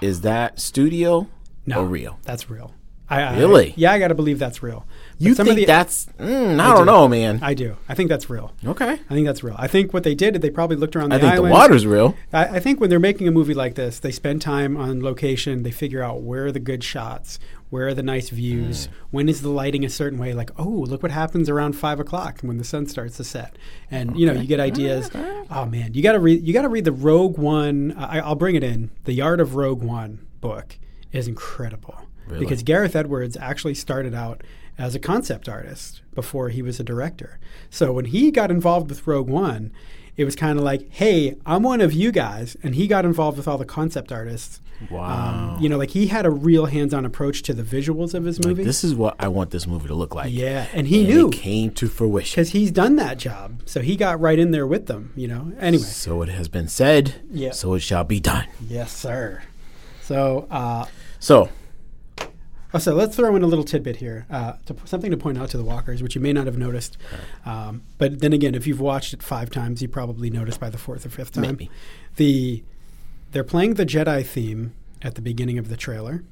Speaker 1: Is that studio
Speaker 2: No,
Speaker 1: or real?
Speaker 2: That's real. I, I-
Speaker 1: Really?
Speaker 2: yeah, I got to believe that's real. But
Speaker 1: You
Speaker 2: some
Speaker 1: think
Speaker 2: of the,
Speaker 1: that's? Mm, I, don't know, man.
Speaker 2: I do. I think that's real.
Speaker 1: okay,
Speaker 2: I think that's real. I think what they did, they probably looked around the
Speaker 1: I think the
Speaker 2: island.
Speaker 1: water's real.
Speaker 2: I, I think when they're making a movie like this, they spend time on location. They figure out where are the good shots, where are the nice views, when is the lighting a certain way. Like, oh, look what happens around five o'clock when the sun starts to set, and you know you get ideas. Oh man, you got to read. You got to read the Rogue One. I, I'll bring it in. The Yard of Rogue One book is incredible because Gareth Edwards actually started out as a concept artist before he was a director. So when he got involved with Rogue One, it was kind of like, hey, I'm one of you guys. And he got involved with all the concept artists. Um,
Speaker 1: Wow.
Speaker 2: You know, like he had a real hands on approach to the visuals of his movie.
Speaker 1: This is what I want this movie to look like.
Speaker 2: yeah. And he
Speaker 1: and
Speaker 2: knew
Speaker 1: it came to fruition.
Speaker 2: because he's done that job. So he got right in there with them, you know? Anyway.
Speaker 1: So it has been said.
Speaker 2: Yeah.
Speaker 1: So it shall be done.
Speaker 2: Yes, sir. So, uh,
Speaker 1: So
Speaker 2: Oh, so let's throw in a little tidbit here, uh, to, something to point out to the walkers, which you may not have noticed. Um, but then again, if you've watched it five times, you probably noticed by the fourth or fifth time.
Speaker 1: Maybe.
Speaker 2: The they're playing the Jedi theme at the beginning of the trailer,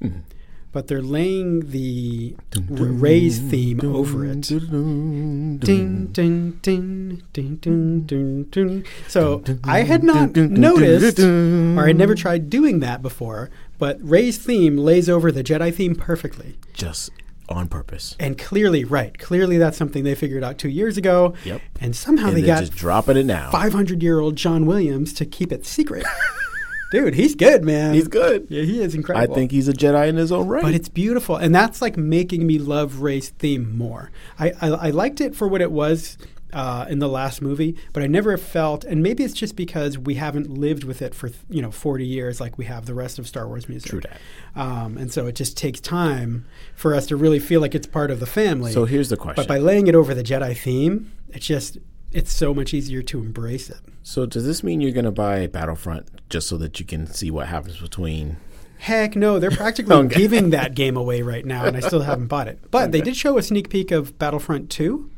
Speaker 2: but they're laying the Ray's theme over it. Ding, ding, ding, ding, ding, ding, ding. So I had not noticed, or I'd never tried doing that before. But Ray's theme lays over the Jedi theme perfectly,
Speaker 1: just on purpose.
Speaker 2: and clearly, right? Clearly, that's something they figured out two years ago.
Speaker 1: Yep.
Speaker 2: And somehow
Speaker 1: And
Speaker 2: they
Speaker 1: they're
Speaker 2: got
Speaker 1: just dropping it now.
Speaker 2: 500 year old John Williams to keep
Speaker 1: [LAUGHS]
Speaker 2: it secret. Dude, he's good, man.
Speaker 1: He's good.
Speaker 2: Yeah, he is
Speaker 1: I
Speaker 2: incredible.
Speaker 1: think he's a Jedi in his own right.
Speaker 2: But it's beautiful, and that's like making me love Ray's theme more. I I, I liked it for what it was uh, in the last movie, but I never felt, and maybe it's just because we haven't lived with it for you know forty years like we have the rest of Star Wars music.
Speaker 1: True that.
Speaker 2: Um, and so it just takes time for us to really feel like it's part of the family.
Speaker 1: so here's the
Speaker 2: but
Speaker 1: question.
Speaker 2: by laying it over the Jedi theme, it's just it's so much easier to embrace it.
Speaker 1: so does this mean you're going to buy Battlefront just so that you can see what happens between?
Speaker 2: Heck no, they're
Speaker 1: [LAUGHS]
Speaker 2: practically
Speaker 1: Okay.
Speaker 2: giving that game away right now, and
Speaker 1: [LAUGHS]
Speaker 2: I still haven't bought it. But they did show a sneak peek of Battlefront 2,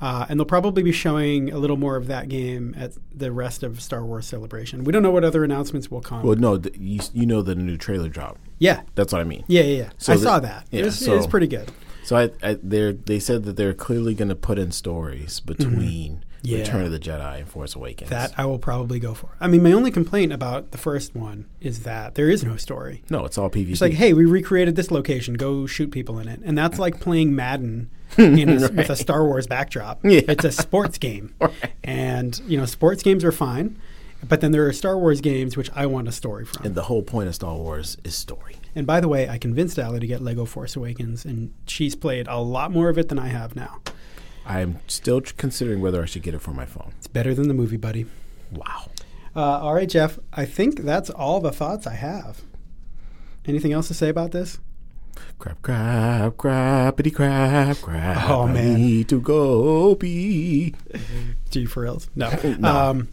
Speaker 2: uh, and they'll probably be showing a little more of that game at the rest of Star Wars Celebration. We don't know what other announcements will come.
Speaker 1: Well, no, th- you you know the new trailer drop.
Speaker 2: yeah.
Speaker 1: That's what I mean.
Speaker 2: Yeah, yeah, yeah.
Speaker 1: So
Speaker 2: I
Speaker 1: the-
Speaker 2: saw that.
Speaker 1: yeah,
Speaker 2: it, was, it
Speaker 1: so-
Speaker 2: was pretty good.
Speaker 1: So I, I they they said that they're clearly going to put in stories between
Speaker 2: Mm-hmm. Yeah.
Speaker 1: Return of the Jedi and Force Awakens.
Speaker 2: That I will probably go for. I mean, my only complaint about the first one is that there is no story.
Speaker 1: no, it's all PvP.
Speaker 2: It's like, hey, we recreated this location. Go shoot people in it, and that's like playing Madden in a, with a Star Wars backdrop.
Speaker 1: Yeah.
Speaker 2: It's a sports game, and you know, sports games are fine, but then there are Star Wars games which I want a story from.
Speaker 1: and the whole point of Star Wars is story.
Speaker 2: And by the way, I convinced Allie to get Lego Force Awakens, and she's played a lot more of it than I have now.
Speaker 1: I'm still tr- considering whether I should get it for my phone.
Speaker 2: It's better than the movie, buddy.
Speaker 1: Wow.
Speaker 2: Uh, all right, Jeff. I think that's all the thoughts I have. Anything else to say about this?
Speaker 1: Crap, crap, crappity, crap, crap.
Speaker 2: [LAUGHS] Oh,
Speaker 1: I
Speaker 2: man.
Speaker 1: need to go pee.
Speaker 2: Do you for reals?
Speaker 1: [LAUGHS]
Speaker 2: No. Um,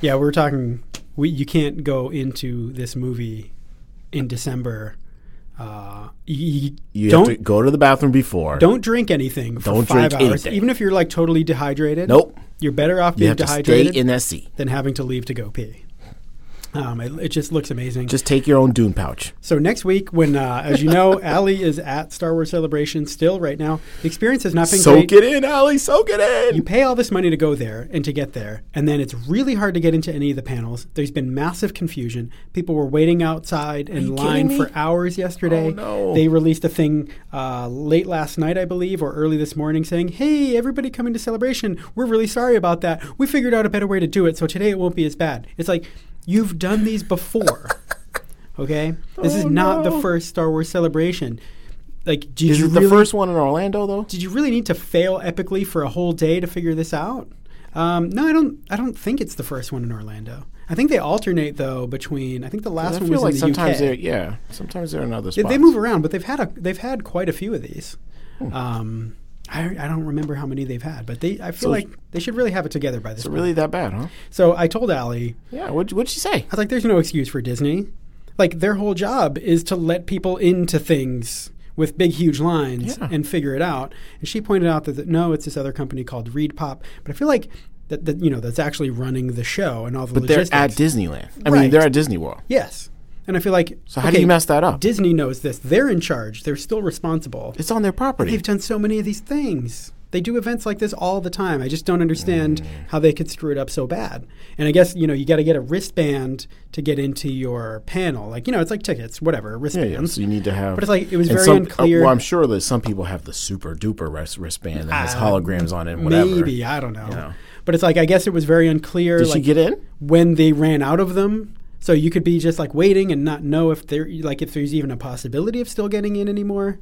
Speaker 2: yeah, we were talking. We you can't go into this movie in December. Uh, you, you
Speaker 1: You
Speaker 2: don't
Speaker 1: have to go to the bathroom before.
Speaker 2: don't drink anything. For
Speaker 1: Don't
Speaker 2: five
Speaker 1: drink
Speaker 2: hours,
Speaker 1: anything.
Speaker 2: even if you're like totally dehydrated.
Speaker 1: Nope.
Speaker 2: You're better off
Speaker 1: You
Speaker 2: being
Speaker 1: have to
Speaker 2: dehydrated
Speaker 1: stay in that seat.
Speaker 2: than having to leave to go pee. Um, it, it just looks amazing.
Speaker 1: Just take your own Dune pouch.
Speaker 2: So next week, when uh, as you know, [LAUGHS] Allie is at Star Wars Celebration still right now. The experience has not been
Speaker 1: Soak
Speaker 2: great.
Speaker 1: it in, Allie. Soak it in.
Speaker 2: You pay all this money to go there and to get there, and then it's really hard to get into any of the panels. There's been massive confusion. People were waiting outside in
Speaker 1: you
Speaker 2: line
Speaker 1: kidding me?
Speaker 2: for hours yesterday.
Speaker 1: Oh, no.
Speaker 2: They released a thing uh, late last night, I believe, or early this morning saying, Hey, everybody coming to celebration, we're really sorry about that. We figured out a better way to do it, so today it won't be as bad. It's like, you've done
Speaker 1: [LAUGHS]
Speaker 2: these before. Okay? This is
Speaker 1: Oh,
Speaker 2: not the
Speaker 1: no.
Speaker 2: first Star Wars celebration. Like, did
Speaker 1: is
Speaker 2: you
Speaker 1: it the
Speaker 2: really
Speaker 1: first one in Orlando, though?
Speaker 2: did you really need to fail epically for a whole day to figure this out? Um, no, I don't. I don't think it's the first one in Orlando. I think they alternate though between. I think the last
Speaker 1: I feel
Speaker 2: one was
Speaker 1: like
Speaker 2: in the
Speaker 1: sometimes
Speaker 2: UK.
Speaker 1: they're yeah, sometimes they're in other spots.
Speaker 2: They-
Speaker 1: Hmm.
Speaker 2: they move around, but they've had a they've had quite a few of these. Um, I, I don't remember how many they've had, but they I feel
Speaker 1: So-
Speaker 2: like they should really have it together by this.
Speaker 1: It's
Speaker 2: point.
Speaker 1: really that bad, huh?
Speaker 2: So I told Allie,
Speaker 1: Yeah. What What'd she say?
Speaker 2: I was like, there's no excuse for Disney. Like, their whole job is to let people into things with big, huge lines
Speaker 1: Yeah.
Speaker 2: and figure it out. And she pointed out that, that no, it's this other company called Reed Pop. But I feel like that, that you know that's actually running the show and all the
Speaker 1: But they're
Speaker 2: logistics.
Speaker 1: at Disneyland. I mean,
Speaker 2: Right.
Speaker 1: they're at Disney World.
Speaker 2: yes, and I feel like
Speaker 1: So how do you mess that up?
Speaker 2: Disney knows this. They're in charge. They're still responsible.
Speaker 1: It's on their property.
Speaker 2: They've done so many of these things. They do events like this all the time. I just don't understand how they could screw it up so bad. And I guess, you know, you got to get a wristband to get into your panel. Like, you know, it's like tickets, whatever,
Speaker 1: Yeah, yeah.
Speaker 2: wristbands.
Speaker 1: So you need to have.
Speaker 2: But it's like, it was
Speaker 1: and
Speaker 2: very
Speaker 1: some- uh,
Speaker 2: unclear.
Speaker 1: well, I'm sure that some people have the super duper wrist- wristband that has
Speaker 2: Uh,
Speaker 1: holograms on it. and Whatever.
Speaker 2: Maybe, I don't know.
Speaker 1: Yeah.
Speaker 2: But it's like, I guess it was very unclear
Speaker 1: Did she
Speaker 2: like,
Speaker 1: get in?
Speaker 2: when they ran out of them. So you could be just like waiting and not know if there, like, if there's even a possibility of still getting in anymore.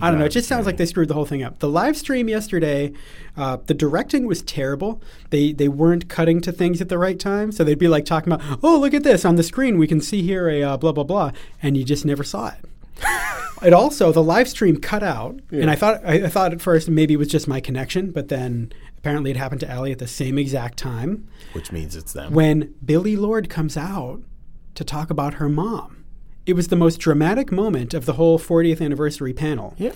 Speaker 2: I don't know. It
Speaker 1: gotta
Speaker 2: just sounds like they screwed the whole thing up. The live stream yesterday, uh, the directing was terrible. They they weren't cutting to things at the right time, so they'd be like talking about, "Oh, look at this on the screen. We can see here a uh, blah blah blah," and you just never saw it. it also the live stream cut out, and I thought I, I thought at first maybe it was just my connection, but then apparently it happened to Allie at the same exact time
Speaker 1: Which means it's them.
Speaker 2: when Billy Lord comes out to talk about her mom. It was the most dramatic moment of the whole 40th anniversary panel.
Speaker 1: Yeah.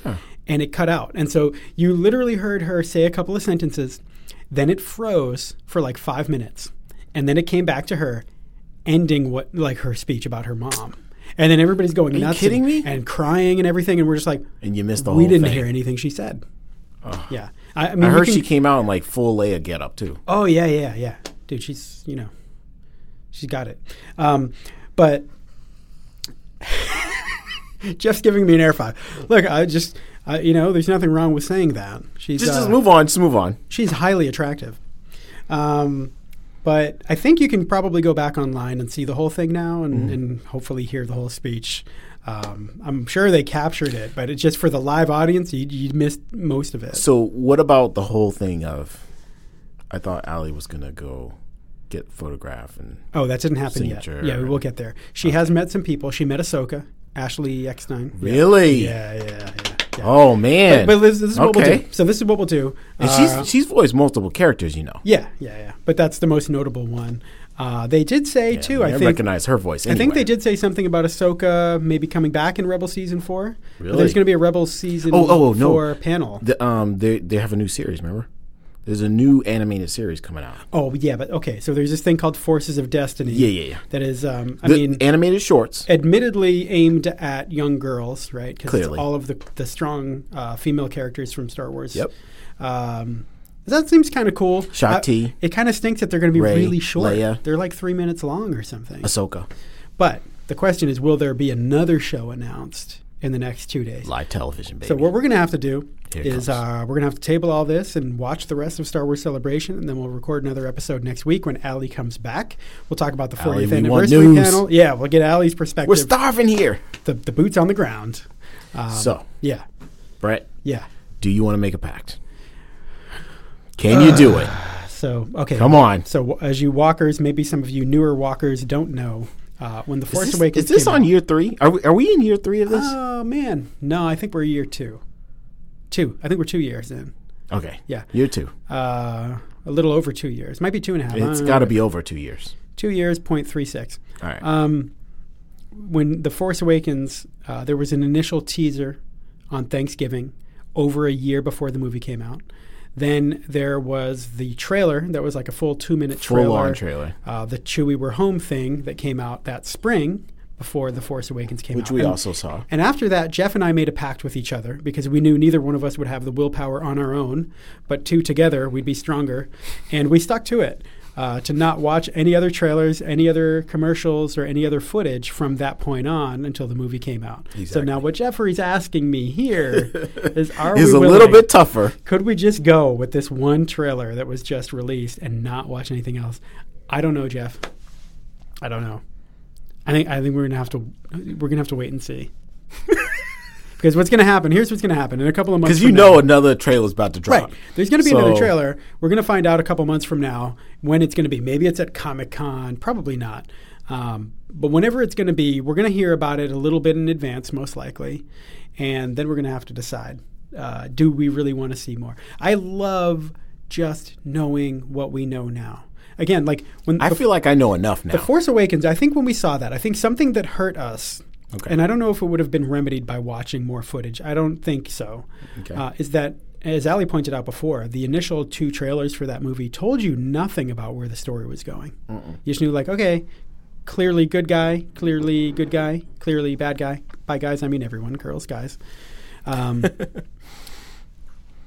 Speaker 2: And it cut out. And so you literally heard her say a couple of sentences, then it froze for like five minutes. And then it came back to her, ending what, like her speech about her mom. And then everybody's going nuts
Speaker 1: kidding
Speaker 2: and,
Speaker 1: me?
Speaker 2: and crying and everything. And we're just like,
Speaker 1: and you missed the
Speaker 2: we
Speaker 1: whole
Speaker 2: didn't
Speaker 1: thing.
Speaker 2: hear anything she said. Yeah. I, I mean,
Speaker 1: I
Speaker 2: we
Speaker 1: heard
Speaker 2: can-
Speaker 1: she came out in like full Leia get up too.
Speaker 2: Oh yeah, yeah, yeah, dude. She's you know, she's got it. Um, but [LAUGHS] Jeff's giving me an air five. Look, I just I, you know, there's nothing wrong with saying that. She's
Speaker 1: Just, just
Speaker 2: uh,
Speaker 1: move on. Just move on.
Speaker 2: she's highly attractive. Um, but I think you can probably go back online and see the whole thing now, and, and hopefully hear the whole speech. Um, I'm sure they captured it, but it's just for the live audience. You, you missed most of it.
Speaker 1: So what about the whole thing of? I thought Allie was gonna go get photograph and
Speaker 2: Oh, that didn't happen
Speaker 1: Signature.
Speaker 2: yet. Yeah, we will get there. She has met some people. She met Ahsoka, Ashley Eckstein.
Speaker 1: really.
Speaker 2: Yeah, yeah, yeah. yeah.
Speaker 1: Oh man.
Speaker 2: But this, this is what we'll
Speaker 1: Okay.
Speaker 2: do. So this is what we'll do.
Speaker 1: And
Speaker 2: Uh,
Speaker 1: she's she's voiced multiple characters, you know.
Speaker 2: yeah, yeah, yeah. But that's the most notable one. Uh, they did say
Speaker 1: Yeah,
Speaker 2: too.
Speaker 1: I,
Speaker 2: I
Speaker 1: mean, I
Speaker 2: think.
Speaker 1: recognize her voice.
Speaker 2: I think
Speaker 1: anywhere.
Speaker 2: they did say something about Ahsoka maybe coming back in Rebel season four. But
Speaker 1: Really?
Speaker 2: There's going to be a Rebel season
Speaker 1: Oh, oh, oh, no.
Speaker 2: four panel.
Speaker 1: The, um, they they have a new series. Remember, there's a new animated series coming out.
Speaker 2: oh yeah, but okay. So there's this thing called Forces of Destiny.
Speaker 1: Yeah, yeah, yeah.
Speaker 2: That is, um, I
Speaker 1: The
Speaker 2: mean, eh.
Speaker 1: animated shorts.
Speaker 2: admittedly aimed at young girls, right? Because
Speaker 1: Clearly.
Speaker 2: all of the, the strong uh, female characters from Star Wars.
Speaker 1: Yep.
Speaker 2: Um, that seems kind of cool.
Speaker 1: Shang-Chi.
Speaker 2: Uh, It kind of stinks that they're going to be
Speaker 1: Rey,
Speaker 2: really short.
Speaker 1: Leia.
Speaker 2: They're like three minutes long or something.
Speaker 1: Ahsoka,
Speaker 2: But the question is, will there be another show announced in the next two days?
Speaker 1: live television, baby.
Speaker 2: So what we're going to have to do
Speaker 1: Here it
Speaker 2: is
Speaker 1: comes.
Speaker 2: uh, we're going to have to table all this and watch the rest of Star Wars Celebration, and then we'll record another episode next week when Allie comes back. We'll talk about the 40th
Speaker 1: Allie, we want
Speaker 2: anniversary
Speaker 1: news.
Speaker 2: panel. Yeah, we'll get Allie's
Speaker 1: We're
Speaker 2: perspective
Speaker 1: starving here.
Speaker 2: the, the boots on the ground. Um,
Speaker 1: so,
Speaker 2: yeah,
Speaker 1: Brett,
Speaker 2: yeah.
Speaker 1: do you want to make a pact? Can
Speaker 2: uh,
Speaker 1: you do it?
Speaker 2: So okay,
Speaker 1: Come on.
Speaker 2: So w- as you walkers, maybe some of you newer walkers don't know uh, when the Force
Speaker 1: Is this,
Speaker 2: Awakens.
Speaker 1: is this
Speaker 2: came
Speaker 1: on
Speaker 2: out-
Speaker 1: year three? Are we, are we in year three of this?
Speaker 2: Oh man, no, I think we're year two, two. I think we're two years in.
Speaker 1: okay.
Speaker 2: yeah.
Speaker 1: Year two.
Speaker 2: Uh, a little over two years, might be two and a half. Uh,
Speaker 1: It's got to be over two years.
Speaker 2: two years, point three six.
Speaker 1: All right.
Speaker 2: Um, when The Force Awakens, uh, there was an initial teaser on Thanksgiving over a year before the movie came out. Then there was the trailer that was like a full two minute trailer.
Speaker 1: Full on trailer,
Speaker 2: Uh, the Chewie We're Home thing that came out that spring before The Force Awakens came
Speaker 1: which
Speaker 2: out.
Speaker 1: we
Speaker 2: And-
Speaker 1: also saw.
Speaker 2: and after that, Jeff and I made a pact with each other because we knew neither one of us would have the willpower on our own, but two together, we'd be stronger. And we stuck to it uh, to not watch any other trailers, any other commercials, or any other footage from that point on until the movie came out. So
Speaker 1: Exactly.
Speaker 2: now, what Jeffrey's asking
Speaker 1: [LAUGHS]
Speaker 2: me here is are
Speaker 1: It's
Speaker 2: we
Speaker 1: a little
Speaker 2: willing-
Speaker 1: bit tougher.
Speaker 2: could we just go with this one trailer that was just released and not watch anything else? I don't know, Jeff. I don't know. I think I think we're gonna have to we're gonna have to wait and see. [LAUGHS] because what's gonna happen? Here's what's gonna happen in a couple of months.
Speaker 1: Because you
Speaker 2: from
Speaker 1: know
Speaker 2: now-
Speaker 1: another trailer's about to drop.
Speaker 2: right? There's gonna be another
Speaker 1: So-
Speaker 2: trailer. We're gonna find out a couple months from now when it's gonna be. Maybe it's at Comic Con. Probably not. Um, but whenever it's gonna be, we're gonna hear about it a little bit in advance, most likely, and then we're gonna have to decide: uh, Do we really want to see more? I love just knowing what we know now. Again, like when
Speaker 1: I feel like I know enough now.
Speaker 2: the Force Awakens, I think when we saw that, I think something that hurt us
Speaker 1: Okay.
Speaker 2: and I don't know if it would have been remedied by watching more footage. I don't think so.
Speaker 1: Okay.
Speaker 2: Uh, is that as Ali pointed out before, the initial two trailers for that movie told you nothing about where the story was going. You just knew like, okay, clearly good guy, clearly good guy, clearly bad guy. By guys, I mean everyone, girls, guys.
Speaker 1: [LAUGHS]
Speaker 2: Um,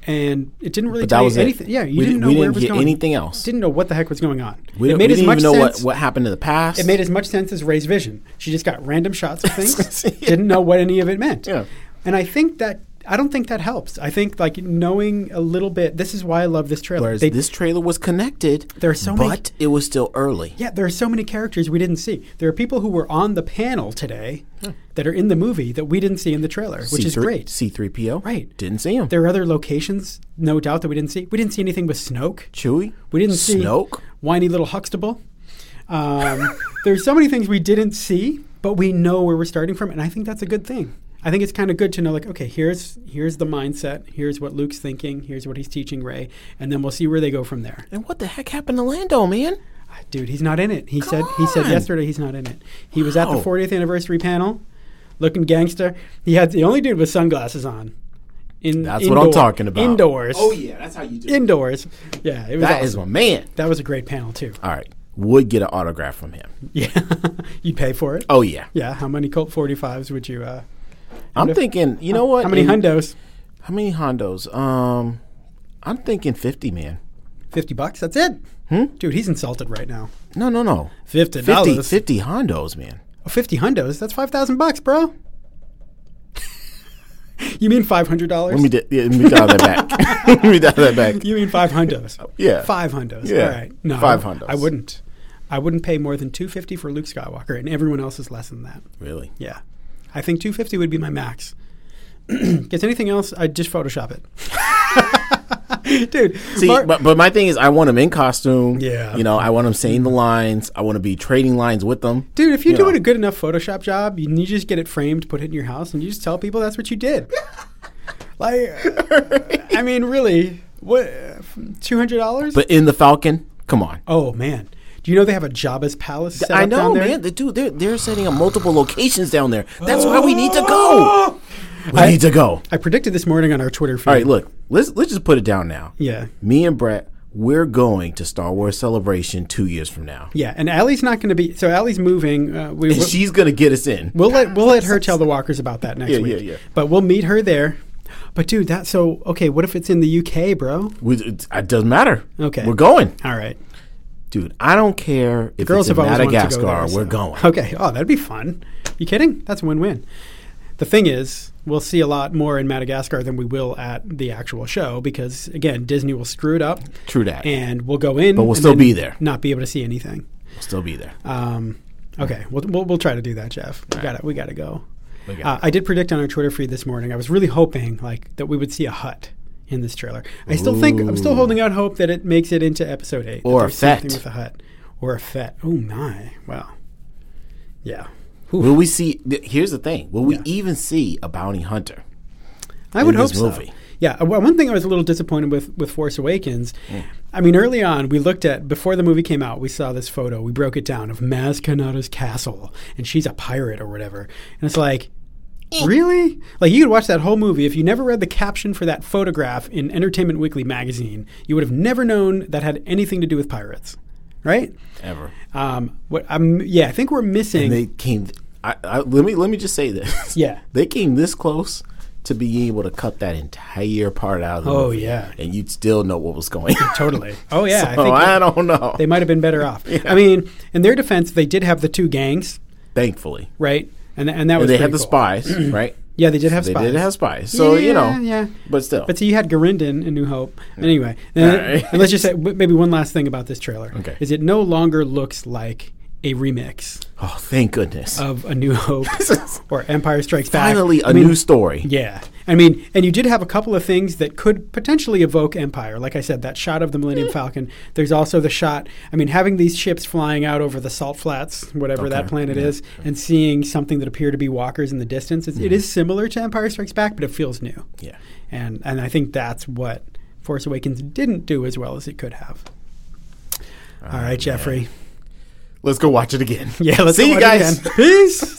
Speaker 2: and it didn't really
Speaker 1: But that
Speaker 2: tell
Speaker 1: was
Speaker 2: you
Speaker 1: it.
Speaker 2: anything. Yeah, you
Speaker 1: we
Speaker 2: didn't
Speaker 1: di-
Speaker 2: know
Speaker 1: we
Speaker 2: where
Speaker 1: didn't
Speaker 2: it was
Speaker 1: get
Speaker 2: going.
Speaker 1: anything else.
Speaker 2: Didn't know what the heck was going on.
Speaker 1: we
Speaker 2: it
Speaker 1: didn't,
Speaker 2: made
Speaker 1: we
Speaker 2: as
Speaker 1: didn't
Speaker 2: much
Speaker 1: even know
Speaker 2: sense.
Speaker 1: what, what happened in the past.
Speaker 2: It made as much sense as Ray's vision. She just got random
Speaker 1: [LAUGHS]
Speaker 2: shots of things.
Speaker 1: Yeah.
Speaker 2: Didn't know what any of it meant.
Speaker 1: Yeah.
Speaker 2: And I think that I don't think that helps. I think like knowing a little bit. This is why I love this trailer.
Speaker 1: Whereas
Speaker 2: They-
Speaker 1: this trailer was connected,
Speaker 2: There are so
Speaker 1: but
Speaker 2: many-
Speaker 1: it was still early.
Speaker 2: yeah, there are so many characters we didn't see. There are people who were on the panel today that are in the movie that we didn't see in the trailer, which is
Speaker 1: C3
Speaker 2: great.
Speaker 1: C3PO.
Speaker 2: Right.
Speaker 1: Didn't see him.
Speaker 2: there are other locations, no doubt, that we didn't see. We didn't see anything with Snoke.
Speaker 1: Chewie.
Speaker 2: We didn't see
Speaker 1: Snoke.
Speaker 2: whiny little Huxtable. Um, [LAUGHS] there's so many things we didn't see, but we know where we're starting from, and I think that's a good thing. I think it's kind of good to know, like, okay, here's here's the mindset, here's what Luke's thinking, here's what he's teaching Ray, and then we'll see where they go from there.
Speaker 1: And what the heck happened to Lando, man?
Speaker 2: Ah, Dude, he's not in it. He said he said
Speaker 1: on.
Speaker 2: yesterday he's not in it. He was at the
Speaker 1: Wow.
Speaker 2: 40th anniversary panel, looking gangster. He had the only dude with sunglasses on. In,
Speaker 1: That's what I'm
Speaker 2: indoor-
Speaker 1: talking about. Oh,
Speaker 2: Indoors.
Speaker 1: yeah, that's how you do.
Speaker 2: Indoors. Yeah, it was
Speaker 1: That
Speaker 2: awesome.
Speaker 1: is my man.
Speaker 2: that was a great panel too.
Speaker 1: All right. Would get an autograph from him.
Speaker 2: Yeah, [LAUGHS] you'd pay for it.
Speaker 1: Oh yeah.
Speaker 2: Yeah, how many Colt 45s would you? Uh,
Speaker 1: I'm thinking. You know what?
Speaker 2: how many
Speaker 1: In-
Speaker 2: hundos?
Speaker 1: How many hondos? Um, I'm thinking 50, man.
Speaker 2: 50 bucks, that's it. Dude, he's insulted right now.
Speaker 1: No, no, no.
Speaker 2: 50
Speaker 1: 50,
Speaker 2: dollars. 50,
Speaker 1: 50 hondos, man.
Speaker 2: hundos, that's 5,000 bucks, bro. [LAUGHS] you mean $500?
Speaker 1: Let me, di- yeah, let me dial that
Speaker 2: [LAUGHS]
Speaker 1: back. let me dial that back.
Speaker 2: you mean five hundos?
Speaker 1: [LAUGHS] Yeah.
Speaker 2: Five hundos.
Speaker 1: Yeah.
Speaker 2: All right. No.
Speaker 1: Five hundos.
Speaker 2: I wouldn't. I wouldn't pay more than 250 for Luke Skywalker, and everyone else is less than that.
Speaker 1: Really?
Speaker 2: Yeah. I think 250 would be my max. [CLEARS THROAT] Gets anything else, I'd just Photoshop it. [LAUGHS] Dude.
Speaker 1: See,
Speaker 2: Mar-
Speaker 1: but, but my thing is, I want him in costume.
Speaker 2: Yeah.
Speaker 1: You know, I want him saying the lines. I want to be trading lines with them.
Speaker 2: Dude, if you're
Speaker 1: You
Speaker 2: doing
Speaker 1: know.
Speaker 2: a good enough Photoshop job, you, you just get it framed, put it in your house, and you just tell people that's what
Speaker 1: [LAUGHS]
Speaker 2: you did. like, I mean, really, what? Two hundred dollars?
Speaker 1: But in the Falcon, come on.
Speaker 2: Oh man, do you know they have a Jabba's palace? Set
Speaker 1: I
Speaker 2: up down
Speaker 1: know,
Speaker 2: there?
Speaker 1: man. The, dude, they're, they're setting up multiple locations down there. That's why we need to
Speaker 2: [GASPS]
Speaker 1: go. We
Speaker 2: I-
Speaker 1: need to go.
Speaker 2: I predicted this morning on our Twitter feed.
Speaker 1: All right, look. Let's let's just put it down now.
Speaker 2: Yeah,
Speaker 1: Me and Brett, we're going to Star Wars Celebration two years from now.
Speaker 2: yeah, and Allie's not going to be. So Allie's moving. Uh, we,
Speaker 1: And
Speaker 2: we'll,
Speaker 1: she's gonna get us in.
Speaker 2: we'll let we'll let her tell the walkers about that next
Speaker 1: Yeah,
Speaker 2: week.
Speaker 1: yeah, yeah.
Speaker 2: But we'll meet her there. But dude, that so okay. What if it's in the UK, bro?
Speaker 1: We, it, it doesn't matter.
Speaker 2: Okay.
Speaker 1: we're going,
Speaker 2: All right.
Speaker 1: dude. I don't care if
Speaker 2: Girls
Speaker 1: it's in
Speaker 2: have always wanted to
Speaker 1: Madagascar.
Speaker 2: go there,
Speaker 1: we're
Speaker 2: so- [LAUGHS]
Speaker 1: going.
Speaker 2: Okay. Oh, that'd be fun. You kidding? That's a win-win. The thing is, we'll see a lot more in Madagascar than we will at the actual show because again, Disney will screw it up.
Speaker 1: True that.
Speaker 2: And we'll go in, but
Speaker 1: we'll still be there.
Speaker 2: Not be able to see anything.
Speaker 1: We'll still be there.
Speaker 2: Um, okay, we'll, we'll we'll try to do that, Jeff. We got to we got to go.
Speaker 1: We got
Speaker 2: Uh, I did predict on our Twitter feed this morning. I was really hoping like that we would see a hut in this trailer. I still think I'm still holding out hope that it makes it into episode eight. that
Speaker 1: Or a
Speaker 2: there's something
Speaker 1: fet.
Speaker 2: with a hut or a fet. Oh my! Wow. Yeah.
Speaker 1: Will we see? th- Here's the thing. Will we even see a bounty hunter?
Speaker 2: I would
Speaker 1: in
Speaker 2: hope
Speaker 1: this movie.
Speaker 2: so. Yeah, uh, well, one thing I was a little disappointed with with Force Awakens. I mean, early on, we looked at before the movie came out, we saw this photo. We broke it down of Maz Kanata's castle, and she's a pirate or whatever. And it's like, really? Like you could watch that whole movie if you never read the caption for that photograph in Entertainment Weekly magazine. You would have never known that had anything to do with pirates, right?
Speaker 1: Ever?
Speaker 2: Um, what I'm, yeah, I think we're missing.
Speaker 1: They came. I, I, let me let me just say this.
Speaker 2: Yeah.
Speaker 1: [LAUGHS] they came this close to being able to cut that entire part out. Of the
Speaker 2: Oh,
Speaker 1: movie,
Speaker 2: yeah.
Speaker 1: and you'd still know what was
Speaker 2: [LAUGHS]
Speaker 1: going. on. [LAUGHS]
Speaker 2: [LAUGHS] totally. Oh yeah,
Speaker 1: Oh,
Speaker 2: we-
Speaker 1: I don't know.
Speaker 2: they might have been better off.
Speaker 1: [LAUGHS]
Speaker 2: I mean, in their defense, they did have the two gangs,
Speaker 1: Thankfully,
Speaker 2: right? And and that was
Speaker 1: and they
Speaker 2: pretty
Speaker 1: had the
Speaker 2: cool.
Speaker 1: spies,
Speaker 2: [CLEARS THROAT]
Speaker 1: right?
Speaker 2: Yeah, they did have
Speaker 1: They
Speaker 2: spies.
Speaker 1: did have spies. So you know,
Speaker 2: Yeah, yeah.
Speaker 1: but still,
Speaker 2: But see, you had Garindin in New Hope. Anyway, and,
Speaker 1: right.
Speaker 2: and let's just say w- maybe one last thing about this trailer
Speaker 1: Okay.
Speaker 2: is it no longer looks like a remix
Speaker 1: oh, thank goodness.
Speaker 2: of A
Speaker 1: [LAUGHS]
Speaker 2: New Hope or Empire Strikes Back.
Speaker 1: Finally,
Speaker 2: Uh, I
Speaker 1: a
Speaker 2: mean,
Speaker 1: new story.
Speaker 2: Yeah. I mean, and you did have a couple of things that could potentially evoke Empire. Like I said, that shot of the Millennium Falcon. There's also the shot, I mean, having these ships flying out over the salt flats, whatever that planet is, and seeing something that appear to be walkers in the distance. It's, it is similar to Empire Strikes Back, but it feels new.
Speaker 1: Hmm. Yeah.
Speaker 2: And, and I think that's what Force Awakens didn't do as well as it could have. All right, Jeffrey.
Speaker 1: Oh,
Speaker 2: [LAUGHS]
Speaker 1: Let's go watch it again.
Speaker 2: Yeah, let's
Speaker 1: see
Speaker 2: go
Speaker 1: you
Speaker 2: watch
Speaker 1: guys. [LAUGHS]
Speaker 2: it again. [LAUGHS] Peace.